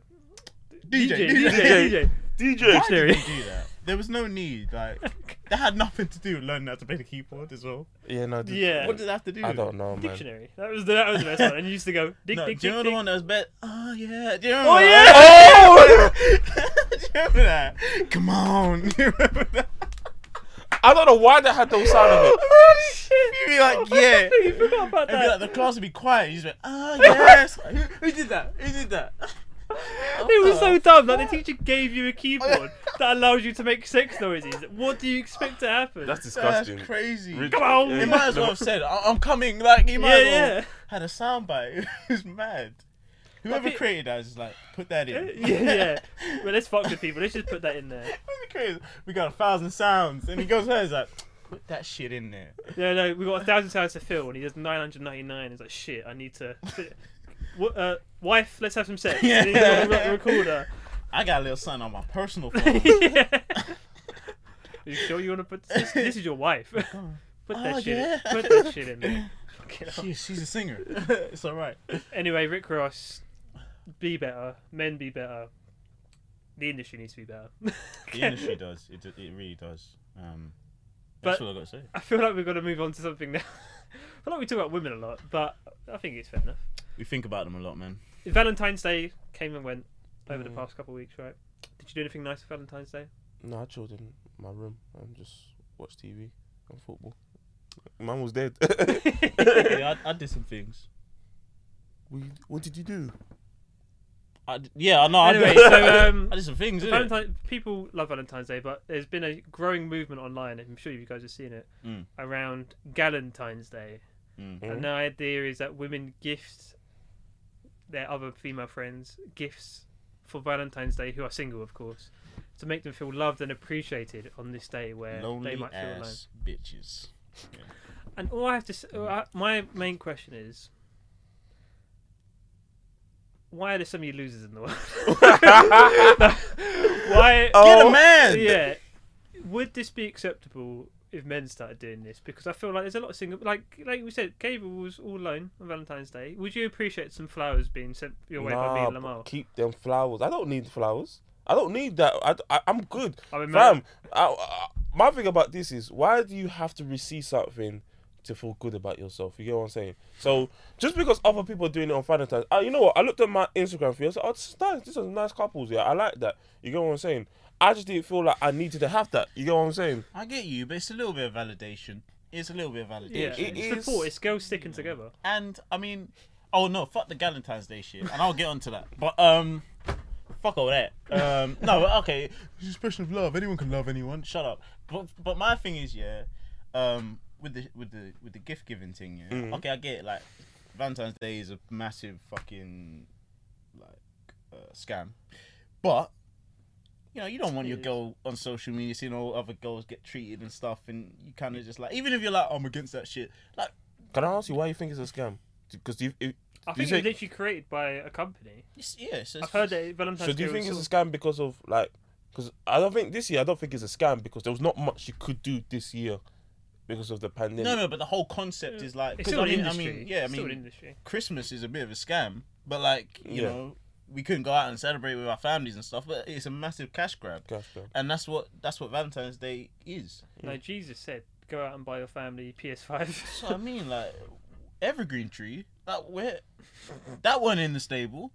DJ.
DJ, DJ, DJ.
DJ.
Why did they do that? There was no need. Like that had nothing to do with learning how to play the keyboard as well.
Yeah, no. Dude.
Yeah.
What did that have to do?
I
with
don't know, man.
Dictionary. That was the that was the best one. And you used to go
it?
dick
No,
dick
do you know
dick
the
dick.
one that was bet? Oh yeah. Do you remember
Oh
that?
yeah.
Oh!
do you remember that? Come on. Do you remember that?
I don't know why they had those sound of it.
You'd be like, yeah.
you forgot about
And be like,
that.
the class would be quiet. You just went, oh yes. who, who did that? Who did that?
It was so dumb. Like the teacher gave you a keyboard that allows you to make sex noises. What do you expect to happen?
That's
That's
disgusting.
crazy.
Rid-
Come on.
They might as well have said, I- I'm coming. Like, you might as
yeah,
well.
yeah.
had a soundbite. It was mad. Whoever
Like it-
created that is just like, put that in.
yeah, yeah. Well, let's fuck with people. Let's just put that in there.
Whoever created- we got a thousand sounds, and he goes there. He's like, put that shit in there.
No, no, we got a thousand sounds to fill, and he does nine hundred ninety nine. It's like shit. I need to. What, uh, wife, let's have some sex.
Yeah.
And he's got a re- recorder.
I got a little something on my personal phone.
yeah. you sure you want to put this? This is your wife. put that
Oh,
shit.
yeah.
In. Put that shit in there. Fucking hell.
She, she's a singer. it's all right.
Anyway, Rick Ross, be better. Men be better. The industry needs to be better.
The industry does. It, do- it really does. Um, that's
But-
all I got to say.
I feel like we've got to move on to something now. I feel like we talk about women a lot, but I think it's fair enough.
We think about them a lot, man.
Valentine's Day came and went over the
Mm.
past couple of weeks, right? Did you do anything nice for Valentine's Day?
No, I chilled in my room and just watched TV and football. Mum was dead.
yeah, I, I did some things.
we, what did you do?
I d- yeah, I know. I,
Anyway,
did,
so um,
I did some things. Didn't I?
Valentine, people love Valentine's Day, but there's been a growing movement online, and I'm sure you guys have seen it,
Mm.
around Galentine's Day.
Mm.
And the idea is that women gift their other female friends gifts for Valentine's Day, who are single, of course, to make them feel loved and appreciated on this day where they
Lonely
might feel alone.
ass bitches.
And all I have to say, my main question is, why are there so many losers in the world? why?
Oh.
Get a man.
Yeah. Would this be acceptable if men started doing this? Because I feel like there's a lot of single, like like we said, Gabriel was all alone on Valentine's Day. Would you appreciate some flowers being sent your way by me
Nah,
and Lamar?
but keep them flowers. I don't need flowers. I don't need that. I, I, am good.
I mean,
Fam, I, I, my thing about this is why do you have to receive something to feel good about yourself? You get what I'm saying? So just because other people are doing it on Valentine's, uh, you know what? I looked at my Instagram feed. I said, oh, this is nice. This is nice couples. Yeah, I like that. You get what I'm saying? I just didn't feel like I needed to have that. You get what I'm saying?
I get you, but it's a little bit of validation. It's a little bit of validation.
yeah,
it
it's
is-
support. It's girls sticking together.
And I mean, oh no, fuck the Galentine's Day shit, and I'll get onto that. But um, fuck all that. Um, no, but okay, it's an expression of love. Anyone can love anyone. Shut up. But but my thing is, yeah, um, with the with the with the gift giving thing, yeah.
Mm.
Mhm.
Okay, I get it. Like Valentine's Day is a massive fucking like uh, scam, but. You know, you don't want your
It is.
girl on social media seeing all other girls get treated and stuff, and you kind of just like, even if you're like, "Oh, I'm against that shit, like,
Can I ask you why you think it's a scam? Because you. It,
I think
You
it
say-
was literally created by a company.
it's, yeah, so it's,
I've heard that Valentine's
So do you
Day
think
was
it's a scam because of like? Because I don't think this year. I don't think it's a scam because there was not much you could do this year because of the pandemic.
No, no, but the whole concept is like
It's
'cause
still
I
an
mean, I
industry.
mean, yeah, I
It's still an
mean,
industry.
Christmas is a bit of a scam, but like you
Yeah.
know, we couldn't go out and celebrate with our families and stuff. But it's a massive cash grab,
Gosh, bro.
and that's what that's what Valentine's Day is.
No, Jesus said, "Go out and buy your family PS5."
So I mean, like evergreen tree, that where that one in the stable.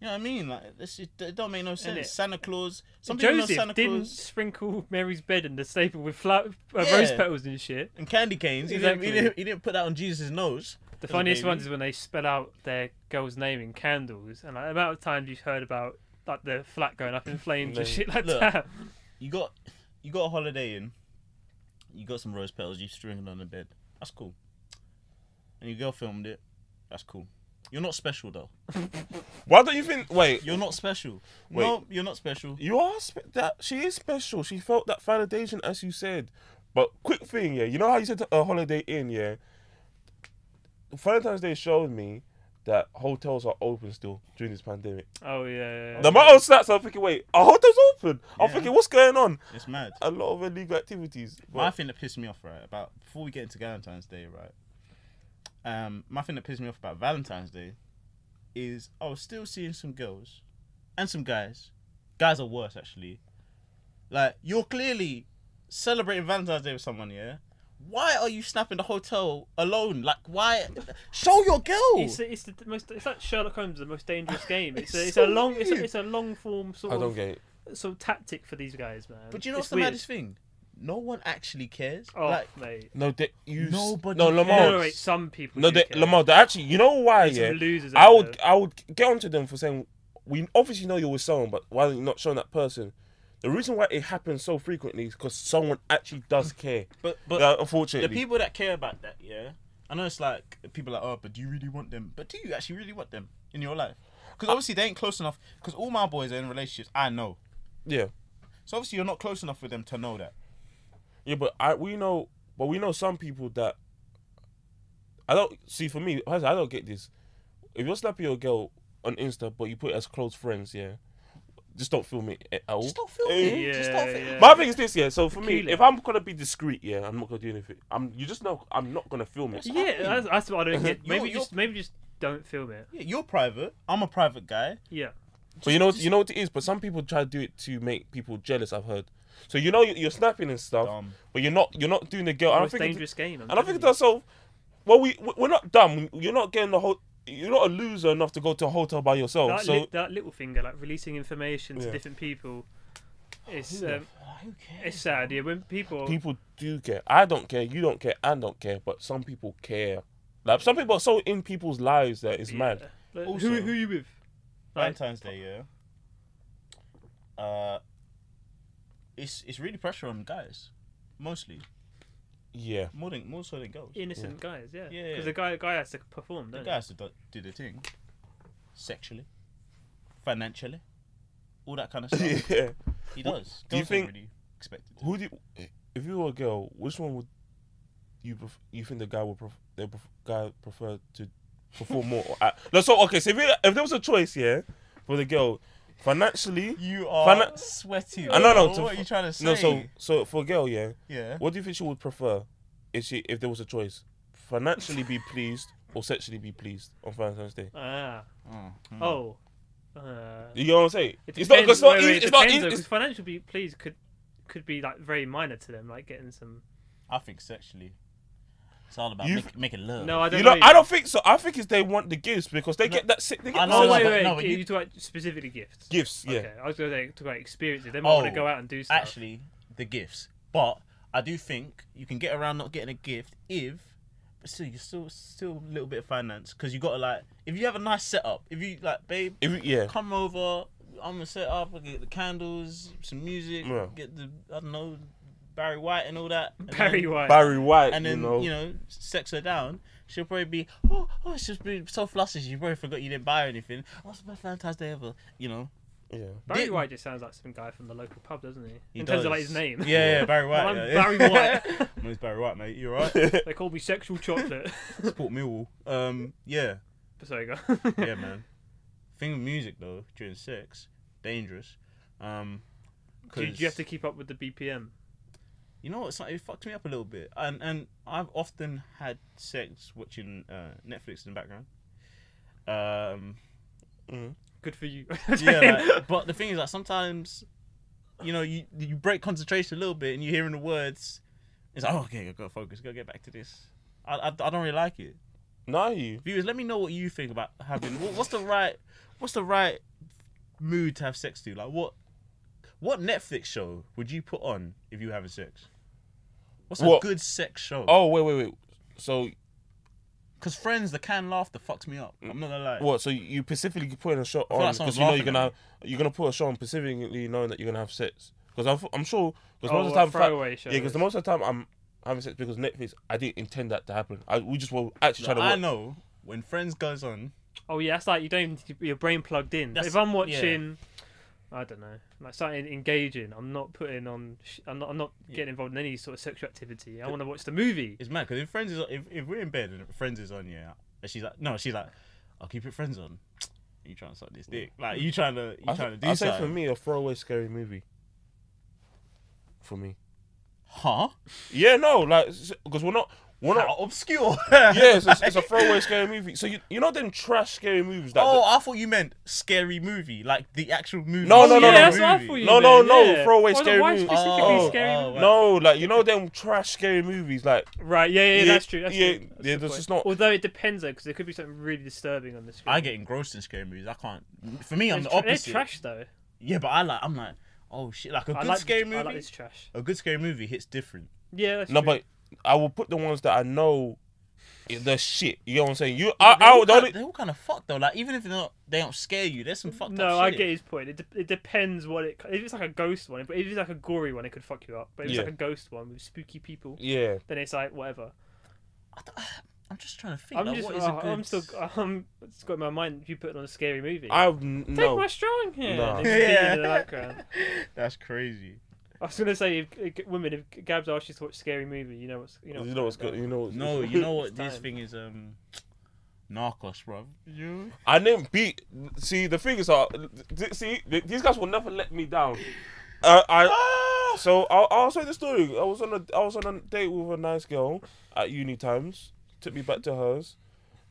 You know what I mean? Like this, is, it don't make no sense.
it?
Santa Claus. Some people know Santa
Joseph didn't
Claus
sprinkle Mary's bed in the stable with flower, uh,
Yeah.
rose petals and shit.
and candy canes. He, didn't,
Exactly.
he, didn't, he didn't put that on Jesus' nose.
The
as a
funniest
baby.
ones is when they spell out their girl's name in candles, and like, the amount of times you've heard about like the flat going up in flames
No.
and shit like
Look.
that.
You got, you got a holiday in. You got some rose petals. You string it on the bed. That's cool. And your girl filmed it. That's cool. You're not special though.
Why don't you think? Wait,
You're not special.
Wait.
No, you're not special.
you are spe- that. She is special. She felt that validation, as you said. But quick thing, yeah. You know how you said a holiday in, yeah. Valentine's Day showed me that hotels are open still during this pandemic.
Oh yeah.
The amount of stats I'm thinking, wait, are hotels open? I'm
Yeah.
thinking, what's going on?
It's mad.
A lot of illegal activities.
my
But
thing that pissed me off, right, about before we get into Valentine's Day, right? Um, my thing that pissed me off about Valentine's Day is I was still seeing some girls and some guys. Guys are worse actually. Like you're clearly celebrating Valentine's Day with someone, yeah? Why are you snapping the hotel alone? Like why show your girl
It's, it's the most. It's like Sherlock Holmes, the most dangerous game.
It's
It's, a, it's
so
a long. It's
weird.
a, it's a long form sort
I don't
of
get it.
sort of tactic for these guys, man.
But you know
It's
what's the
weird.
maddest thing? No one actually cares.
Oh,
like
mate.
No, they, you.
Nobody
No,
No,
Lamar.
cares.
no, wait, some people.
No,
do
they,
care.
Lamar. They actually, you know why?
There's some
Yeah,
losers
I
out
would,
there.
I would get onto them for saying we obviously know you're with someone, but why are you not showing that person? The reason why it happens so frequently is because someone actually does care.
but but
But
the
unfortunately,
people that care about that, yeah. I know it's like people are like, oh, but do you really want them? But do you actually really want them in your life? Because obviously they ain't close enough. Because all my boys are in relationships. I know.
yeah,
So obviously you're not close enough with them to know that.
yeah. But I, we know, but we know some people that I don't see. For me, I don't get this. If you're slapping your girl on Insta, but you put it as close friends, yeah, just don't film it at all.
Just don't film
Eh?
it. Just don't
Yeah,
film it.
yeah.
My thing is this, yeah. So for me,
Tequila.
if I'm gonna be discreet, yeah, I'm not gonna do anything. I'm you just know I'm not gonna film it.
Yeah, that's, that's what I don't get.
You're-
Maybe
you're-
just maybe just don't film it.
Yeah, you're private. I'm a private guy.
Yeah.
But you know, you know what it is. But some people try to do it to make people jealous. I've heard. So you know you- you're snapping and stuff,
Dumb.
but you're not. You're not doing the girl. I don't
Most
think. it-
dangerous game. I'm
And I
telling
think to
you.
myself, well, we we- we're not dumb. You're not getting the whole. You're not a loser enough to go to a hotel by yourself.
that,
Oh, so
li- that little finger, like releasing information to
Yeah.
different people, it's
the
um,
Who cares?
it's sad. Yeah, when people,
people do care. I don't care. You don't care. I don't care. But some people care. Like some people are so in people's lives that it's
yeah.
mad.
Like,
Also-
who who you with? Like,
Valentine's Day, yeah. Uh, it's it's really pressure on guys, mostly
Yeah.
more than more so than girls.
innocent guys. Yeah. Because
Yeah, yeah.
the guy the guy has to perform.
The
Don't
guy has to do, do the thing, sexually, financially, all that kind of stuff.
yeah.
he does.
do you
Girls don't
think-
really expected?
Who do you, if you were a girl, which one would you pref- you think the guy would pref- the pref- guy prefer to perform more? Or act? No, so okay, so if, it, if there was a choice, yeah, for the girl, financially,
You are
Finan-
sweaty.
I know, no,
bro.
to-
What are you trying to say?
no, so so for a girl, yeah,
yeah.
what do you think she would prefer if she if there was a choice, financially be pleased or sexually be pleased on Valentine's Day?
they? Ah.
Mm, mm.
Oh. Uh,
You know what I'm saying?
it
It's not
depends-
it's not
wait,
easy.
wait,
It's
it
not
depends,
easy.
though, 'cause
it's-
Financial be- please could could be like very minor to them, like getting some.
I think sexually, it's all about
You-
make, making love.
No, I don't
You know,
know.
I don't think so. I think it's they want the gifts because they get that sick. They
I
get
know,
Oh
No,
wait,
no,
wait.
no, but
you,
you-
you talk about specifically gifts.
gifts. Yeah.
Okay, I was going to talk about experiences. They might want
Oh,
to go out and do stuff.
actually, the gifts, but I do think you can get around not getting a gift if. But still, you're still still a little bit of finance because you gotta like if you have a nice setup. If you like, babe,
If you- yeah.
come over. I'm gonna set up. I get the candles, some music.
Yeah.
Get the I don't know Barry White and all that. and
Barry
then-
White.
Barry White.
And then
you know.
sex her down. She'll probably be oh, oh she's been so flustered. She probably forgot you didn't buy her anything. Oh, it's the best Valentine's Day ever. You know.
Yeah.
Barry
Didn't-
White just sounds like some guy from the local pub, doesn't he?
He
In terms of like
does.
his name.
Yeah, yeah, Barry White.
Well, I'm
yeah.
Barry White.
My name's Barry White, mate. You alright?
they call me sexual chocolate.
Support Millwall. Um, yeah,
Sorry, go.
yeah, man. Thing with music though, during sex, dangerous. Um,
Do, do you have
'cause-
to keep up with the BPM?
you know, it's like it fucked me up a little bit, and and I've often had sex watching uh, Netflix in the background. Um,
Good for you.
yeah, like, but the thing is, like sometimes, you know, you you break concentration a little bit, and you're hearing the words. It's like, oh, okay, I gotta focus, gotta get back to this. I, I, I don't really like it.
No, you.
Viewers, let me know what you think about having. what- What's the right? what's the right mood to have sex to? Like what what Netflix show would you put on if you were having sex? What's
What?
a good sex show?
Oh wait, wait, wait. So
Because Friends, the canned laughter fucks me up. I'm not gonna lie.
Mm. what? So you specifically put a shot
feel
on
like someone's
because you know
laughing
you're gonna
at
you're gonna put a shot on specifically knowing that you're gonna have sex. Because I'm, f- I'm sure because
Oh,
most
a
of the time fa-
throwaway show.
yeah because the most of the time I'm having sex because Netflix I didn't intend that to happen. I we just were actually trying to
I
watch.
know when Friends goes on,
Oh yeah, that's like you don't even need to be your brain plugged in.
That's-
if I'm
yeah.
watching, I don't know, like something engaging, I'm not putting on. Sh- I'm not. I'm not getting involved in any sort of sexual activity. I want to watch the movie.
it's mad. Because if Friends is if, if we're in bed and Friends is on, yeah, and she's like, no, she's like, I'll keep it Friends on. You trying to suck this dick? Like you trying to you
I,
trying to do
I say
something?
for me a throwaway scary movie. For me.
Huh?
Yeah, no, like because we're not we're not
How obscure.
yeah, it's, it's, it's a throwaway scary movie. So you, you know them trash scary movies that
Oh, I thought you meant scary movie, like the actual movie.
No, no,
yeah,
no, no,
that's
Scary
what I
movie.
thought you
No, no,
meant,
no,
yeah.
throwaway
Why-
scary
Why
movie.
specifically
Oh,
scary?
oh,
movie?
no, like you know them trash scary movies like
Right? Yeah, yeah,
Yeah,
that's true. That's true.
yeah,
That's
yeah,
the
there's
point.
just not-
Although it depends though, because there could be something really disturbing on the screen.
I get engrossed in scary movies. I can't. For me,
They're
I'm the
tr- they're
opposite.
trash though.
Yeah, but I like. I'm like, oh shit! Like a
I
good
like
scary
I
movie.
like this trash.
A good scary movie hits different.
Yeah, that's
no,
true.
but I will put the ones that I know is the shit. You know what I'm saying? You, I,
Oh,
I, would
they, all
only,
kind, they all kind of fucked though. Like even if they're not, they don't scare you. There's some fucked up.
No, I
shit.
get his point. It, de- it depends what it. If it's like a ghost one, but if it's like a gory one, it could fuck you up. But if it's
Yeah.
like a ghost one with spooky people,
yeah.
then it's like whatever.
I'm just trying to think.
I'm
like,
just.
what is a
oh,
good...
I'm still. I'm. It's got in my mind. You put it on a scary movie.
I've n-
Take
no.
my strong hand.
No.
It's yeah. In the
Yeah.
background.
That's crazy.
I was gonna say, if, if, women, if Gabs asked you to watch scary movie, you know what's. You know.
You know what's good. You know. What's,
No, you know what
It's
this
time.
thing is. Um, Narcos, bro. You.
I didn't beat. See, the thing is, uh, th- see, th- these guys will never let me down. Uh, I.
Ah!
So I'll, I'll say the story. I was on a I was on a date with a nice girl at uni times. Took me back to hers,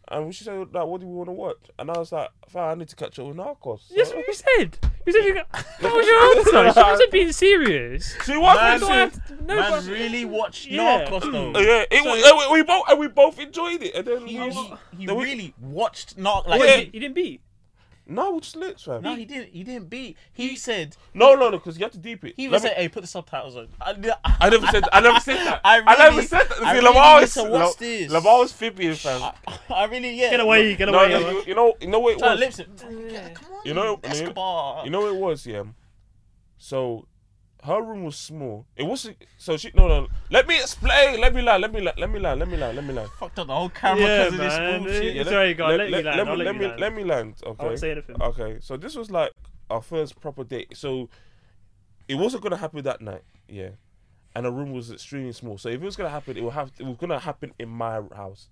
and she said, "Like, what do we want to watch?" And I was like, "Fine, I need to catch up with Narcos." So-
Yes, what you said. You said you got. That was your answer. She wasn't being serious.
she
Man,
was.
No,
being serious.
I, no,
Man,
but-
really watch
Yeah.
Narcos though.
Uh, Yeah, it was, uh, we, we both and we both enjoyed it. And then we
He,
was,
he, he
then we-
really watched Narcos.
Wait,
Like,
Yeah.
you, you didn't beat.
no, we just lit, fam.
No, he didn't. He didn't beat. He said
No, no, no, because you have to deep it.
he
Let
was
me-
like, "Hey, put the subtitles on." I,
I never said. I never said that.
I
I, never
really-
said that. See,
I really
Lamar
need
is
to watch
La-
this.
Lamar was fibbing, fam.
I really yeah.
Get away. Get
no,
away.
no, you, you know, you know what it
Try to
was.
lips it. Come on,
You know- you know-
Escobar.
You know what it was, yeah. So, her room was small. It wasn't. So she no no. Let me explain. Let me lie. Let me lie. Let me lie. Let me lie. Let me lie.
fucked up the whole camera
Yeah,
because
man.
of this bullshit.
It's alright, go on, let
me
you land, I'll let
let
you
me
land.
let me land.
I
Okay.
won't say anything.
Okay, so this was like our first proper date. So it wasn't gonna happen that night, yeah. And the room was extremely small. So if it was gonna happen, it would have it was gonna happen in my house.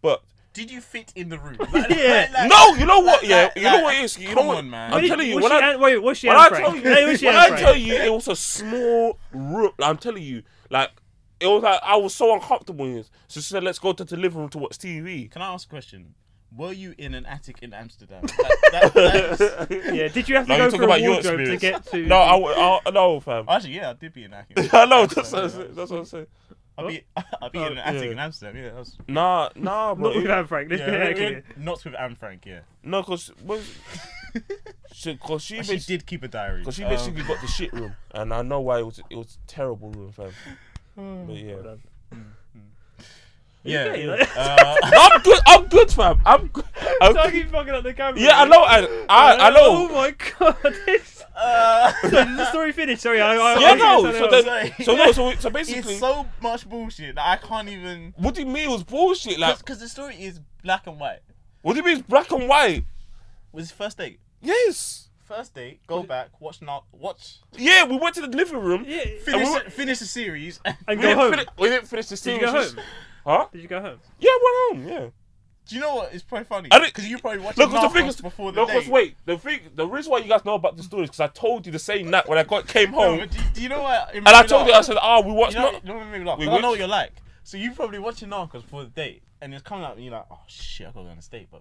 But
Did you fit in the room?
Yeah.
no, you know what?
like-
yeah,
like-
you know what
like-
it is. You know
come
what?
on, man.
I'm
Wait,
telling you,
was
when
she
I
An- wait, was she
when
Anne
I
Frank?
tell you,
Hey, was she
when
Anne
I
Frank?
tell you, it was a small room. I'm telling you, like it was like I was so uncomfortable in this. So she said, "Let's go to the living room to watch TV."
Can I ask a question? Were you in an attic in Amsterdam? That- that- that's-
Yeah, did you have to
No,
go through
you talk
a
about your
wardrobe to
experience.
get to?
No, I, w- I no, fam.
Actually, yeah, I did be in an attic.
I know. That's, what I'm saying, that's what I'm saying.
I'll be, I'll be in an
Oh,
attic
yeah.
in Amsterdam. Yeah, that was,
Nah, nah, bro.
not with Anne Frank. Let's
yeah,
be
we- we-
clear.
not with Anne Frank. Yeah,
No, cause was she, cause she,
she
basi-
did keep a diary.
cause she
Um,
basically got the shit room, and I know why it was it was terrible room, fam. But yeah,
Well done.
yeah.
okay,
yeah.
like-
Uh,
I'm good. I'm good, fam. I'm good. I'm
Don't
good.
keep fucking up the camera.
Yeah, I know. I, I, I
Oh
know.
my god. This...
uh,
Sorry, is the story finished? Oh, Sorry, I. I
Yeah,
I-
no.
I-
So
that-
then, so no. So, we- so basically,
it's so much bullshit that I can't even.
what do you mean it was bullshit? Like,
Because the story is black and white.
what do you mean it's black and white?
Was his first date?
Yes.
First date. Go back. Watch now. Watch.
Yeah, we went to the living room.
Yeah.
Finish.
And we-
finish the series.
And
We
go
didn't,
home.
fini- we didn't finish the
Did you
series.
go home?
Huh?
Did you go home?
Yeah, I went home. Yeah.
Do you know what? It's probably funny.
I don't-
Because you probably watched
Look, what's the thing
Narcos
is,
before the
look,
date.
what's, wait, the thing, the reason why you guys know about the story is because I told you the same night when I got came
No,
home,
but do, do you know what?
and I told you, I said, "Ah, we watched
You know,
Nar-
you know what made me laugh?
We
'Cause I know
watched-
what you're like. So you probably watching Narcos before the date, and it's coming out, and you're like, "Oh shit, I gotta go on this date," but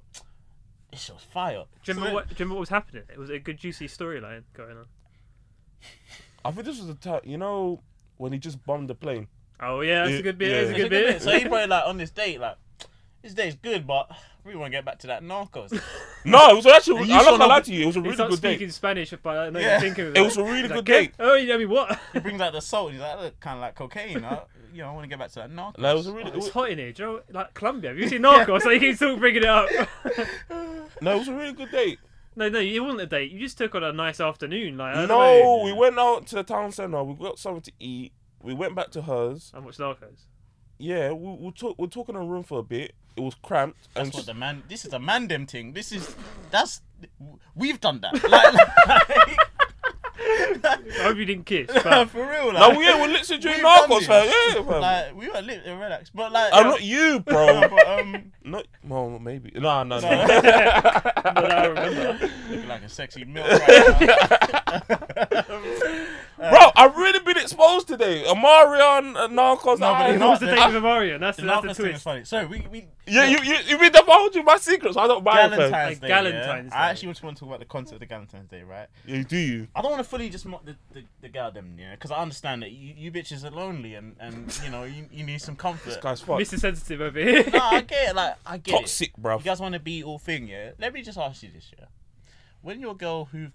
this show's fire.
Do you
So
remember
then-
what? Do you remember what was happening? It was a good juicy storyline going on.
I think this was the time, you know, when he just bombed the plane.
Oh yeah, that's
Yeah,
a good bit.
yeah,
That's a
It's a
good
yeah.
good bit.
bit.
So he's probably like on this date, like this date's good, but we want to get back to that Narcos.
No, it was actually.
And you
I'm
shall
not gonna
not-
lie to you. It was a
He
really
starts
good
speaking
date.
Spanish, but I don't know
Yeah.
yeah. thinking of
It was a really
He's
good
like,
date.
Oh, yeah, I mean, what?
he brings out the salt. He's like, look, kind of like cocaine. I, you know, I want to get back to that Narcos.
No, it was a really. It
It's
was,
hot in here. Do you know, like Colombia. Have you seen Narcos? Like, he's still bringing it up.
no, it was a really good date.
no, no, it wasn't a date. You just took on a nice afternoon. Like, I don't know.
No, we went out to the town center. We got something to eat. We went back to hers.
I watched Narcos.
Yeah, we we talk, we talk in a room for a bit. It was cramped.
That's
and
what
she-
the man. This is a man them thing. This is that's we've done that. Like,
I
like-
hope you didn't kiss.
like,
But
for real. Like,
no, we, yeah, we're literally doing
we've done
Narcos,
this.
fam. Yeah, fam.
Like we were lit and relaxed, but like
I'm not you, bro.
No, but, um,
Not well, maybe. No, no,
No.
but
no.
I remember.
looking like a sexy milk right now.
Bro, I've really been exposed today. Amarion, uh, Narcos.
No, but
I-
it's
That was the
Narcos-
date with Mario. That's
The
the, that's the
Narcos thing is
twist.
funny. So we we
Yeah, you you you mean the told you my secrets? I don't buy it. fam.
Galentine's
Like
Day.
Galentine's
yeah? I
Day.
actually just want to talk about the concept of Galentine's Day, right?
Yeah, do you?
I don't want to fully just mock the, the, the gal them, you know, because I understand that you, you bitches are lonely and, and you know you, you need some comfort.
This guy's fucked.
Mr. Sensitive over here.
No, I get it. Like I get it.
Toxic, bro.
You guys want to be all thing, yeah? Let me just ask you this, yeah. When your girl who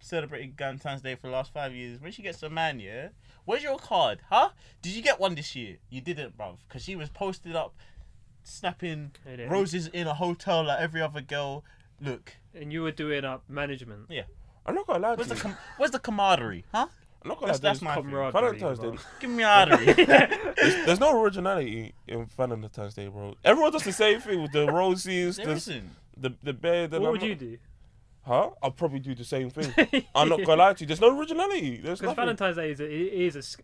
celebrated Galentine's Day for the last five years, when she gets a man, yeah, where's your card, huh? Did you get one this year? You didn't, bruv, because she was posted up, snapping
I didn't.
roses in a hotel like every other girl. Look,
and you were doing up management.
yeah.
I'm not gonna lie to
Where's
you.
the com- where's the camaraderie, huh?
I'm not gonna lie
That's,
to you.
that's my thing.
Camaraderie.
Valentine's Day.
bro.
camaraderie.
There's, there's no originality in Valentine's Day, bro. Everyone does the same thing with the roses,
there
the
isn't.
the, the bed. and
What
I'm
would
not-
you do?
Huh? I'll probably do the same thing. I'm not gonna lie to you. There's no originality. There's
Because
nothing.
Valentine's Day is a, it is a s-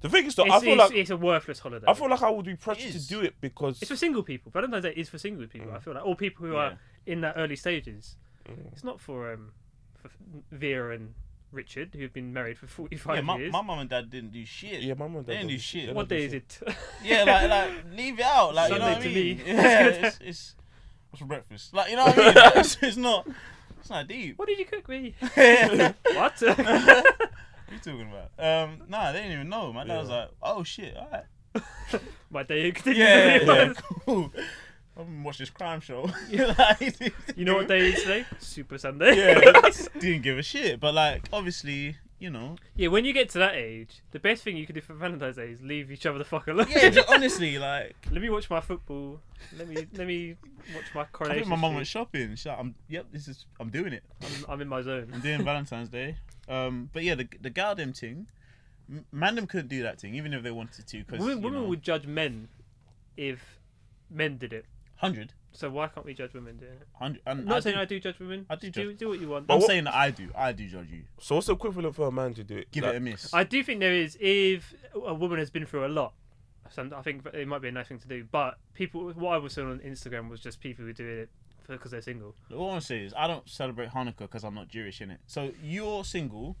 the thing is, though,
it's,
I feel
it's,
like
it's a worthless holiday.
I feel like I would be
It
pressured to
is.
do it because
it's for single people. Valentine's Day is for single people. I feel like all people who
Mm. Yeah. Mm.
are in that early stages. It's not for um for Vera and Richard who've been married for forty five
Yeah, my,
years.
my mum and dad didn't do shit.
yeah, my mum
They didn't do shit.
what day is it?
Yeah, like like leave it out. Like you know
Sunday
what I
to
mean?
me.
Yeah, it's, it's what's for breakfast? Like you know what I mean? Like, it's, it's not it's not deep.
What did you cook me?
what are
what?
you talking about? Um, nah, they didn't even know. My dad was
Yeah.
like, oh shit, alright.
My day continues.
Yeah,
Yeah,
yeah, cool. I'm watch this crime show. Like,
You know what day is today? Super Sunday.
Yeah, didn't give a shit. But like, obviously, you know.
Yeah, when you get to that age, the best thing you can do for Valentine's Day is leave each other the fuck alone.
Yeah, just honestly, like.
let me watch my football. Let me let me watch my
I
coronation.
think my mum went
Street.
shopping. She's like, I'm, yep, this is, I'm doing it.
I'm, I'm in my zone.
I'm doing Valentine's Day. Um, but yeah, the the gal them thing, m- man them couldn't do that thing even if they wanted to because
Women, women would judge men if men did it.
100,
So why can't we judge women doing it?
100 and
I'm not
I
saying
do,
I do judge women.
I do
do,
judge-
do what you want.
I'm
what-
saying that I do. I do judge you.
So what's the equivalent for a man to do it?
Give
Like,
it a miss.
I do think there is if a woman has been through a lot. Some, I think it might be a nice thing to do, but people, what I was seeing on Instagram was just people who do it because they're single.
What I want to say is I don't celebrate Hanukkah because I'm not Jewish in it. So you're single.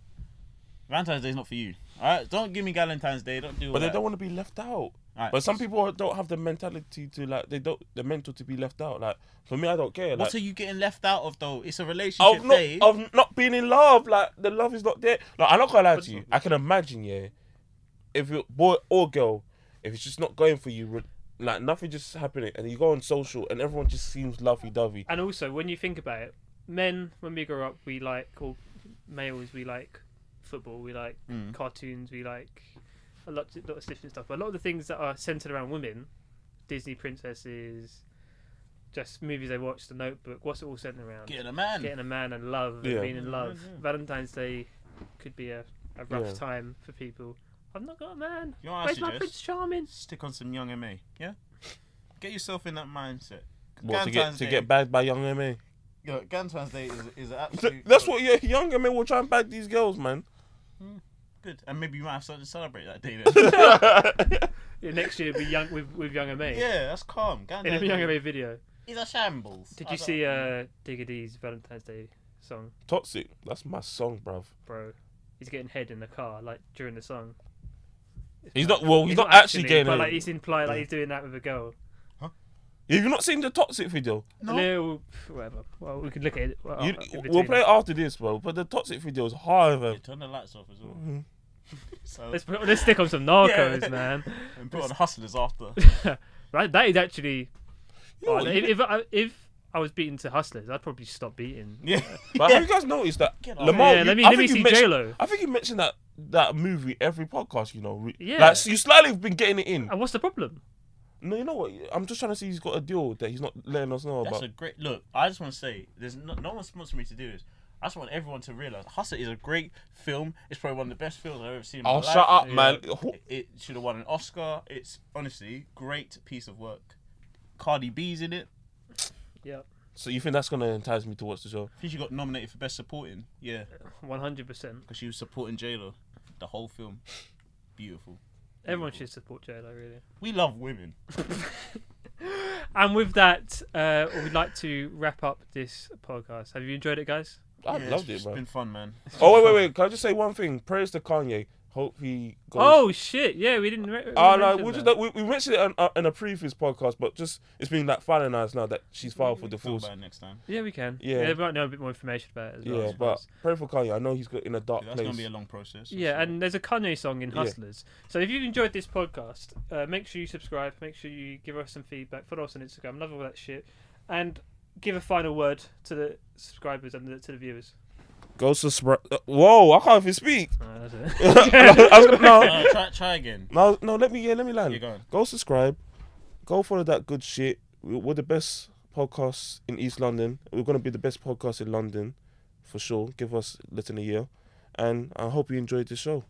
Valentine's Day is not for you. All right, don't give me Valentine's Day. Don't do. all
But they
that.
don't want to be left out.
Alright.
But some people don't have the mentality to like they don't the mental to be left out. Like for me, I don't care.
What
Like
are you getting left out of though? It's a relationship
of not
day.
of not being in love. Like the love is not there. Like I'm not gonna lie
But
to you.
it's
I can imagine yeah, if you boy or girl, if it's just not going for you, re- like nothing just happening, and you go on social and everyone just seems lovey dovey.
And also, when you think about it, men, when we grow up, we like, or males, we like football, we like
Mm.
cartoons, we like a lot, lot of different stuff. But a lot of the things that are centered around women, Disney princesses, just movies they watch, The Notebook, what's it all centered around?
Getting a man.
Getting a man and love and
Yeah.
being in love. Valentine's Day could be a, a rough
Yeah.
time for people. I've not got a man.
You know what I
Where's my
suggest?
Prince Charming?
Stick on some young MA. Yeah. Get yourself in that mindset.
What, to get
Valentine's
to
Day-
get bagged by young MA.
Yeah, Galentine's Day is is an
Th-
absolute.
That's what yeah, young MA will try and bag these girls, man.
Good, and maybe you might have something to celebrate that day. Then.
Yeah, next year it'll be young with with younger me.
yeah, that's calm.
In a
Galentine's
younger
Day
me video.
is a shambles.
Did
I
you
don't-
see uh, Diggity's Valentine's Day song,
Toxic. That's my song, bruv.
bro? He's getting head in the car, like during the song.
He's not well. He's, not, actually getting
but
it.
like he's implied, like he's doing that with a girl.
Have you not seen the toxic video?
uh,
No.
Little- whatever. Well, we could look at it. Well, uh,
You,
Oh, in between
we'll
it.
play it after this, bro. But the toxic video is hard.
Yeah,
Man.
turn the lights off as well. so,
Mm-hmm. Let's put, let's stick on some Narcos,
Yeah.
man.
and put on hustlers after.
Right, that is actually Oh, if, if, I, if I was beating to hustlers, I'd probably stop beating.
Yeah.
But have you guys noticed that
Get off.
Lamar?
Yeah,
you-
let me-
I
let
think
me
you
see
mentioned-
J-Lo.
I think you mentioned that that movie every podcast. You know, re-
Yeah. Oh.
Like you slightly have been getting it in.
And what's the problem?
No, you know what? I'm just trying to see he's got a deal that he's not letting us know
That's
about.
a great look. I just want to say, there's no, no one's sponsoring me to do this. I just want everyone to realize Hustle is a great film. It's probably one of the best films I've ever seen. In my
Oh,
life.
shut up,
Yeah.
man.
It, it should have won an Oscar. It's honestly great piece of work. Cardi B's in it.
Yeah,
So you think that's gonna entice me to watch the show?
I think she got nominated for best supporting. Yeah,
one hundred percent.
because she was supporting J Lo the whole film. Beautiful.
Everyone should support J-Lo, really.
We love women.
And with that, uh, we'd like to wrap up this podcast. Have you enjoyed it, guys?
I
Yeah,
loved
it's
it,
It's
man.
been fun, man.
Oh wait, wait, wait! Can I just say one thing? Praise to Kanye. Hope he goes.
Oh shit! Yeah, we didn't. Re-
Oh
we
no,
mentioned
we just
that.
we, we mentioned it on, uh, in a previous podcast, but just it's been like finalized now that she's filed for
Talk
divorce.
about it next time.
Yeah, we can.
Yeah.
yeah, we might know a bit more information about it as well. I
Yeah, but
suppose.
pray for Kanye. I know he's got in a dark
That's
place.
gonna be a long process.
Yeah,
So-
and there's a Kanye song in
Yeah.
Hustlers. So if you've enjoyed this podcast, uh, make sure you subscribe, make sure you give us some feedback, follow us on Instagram, love all that shit, and give a final word to the subscribers and the, to the viewers.
Go subscribe. Uh, Whoa, I can't even speak.
Uh, that's it.
I was gonna- no,
No, try, try again.
no, no. Let me, yeah, let me
You're
land.
going.
Go subscribe. Go follow that good shit. We- We're the best podcast in East London. We're gonna be the best podcast in London, for sure. Give us less than a year, and I hope you enjoyed the show.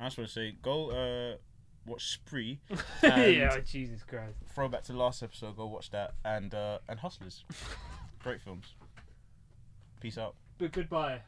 I just want to say, go uh, watch Spree. And
yeah, oh, Jesus Christ.
Throwback to last episode. Go watch that and uh, and Hustlers. Great films. Peace out.
But goodbye.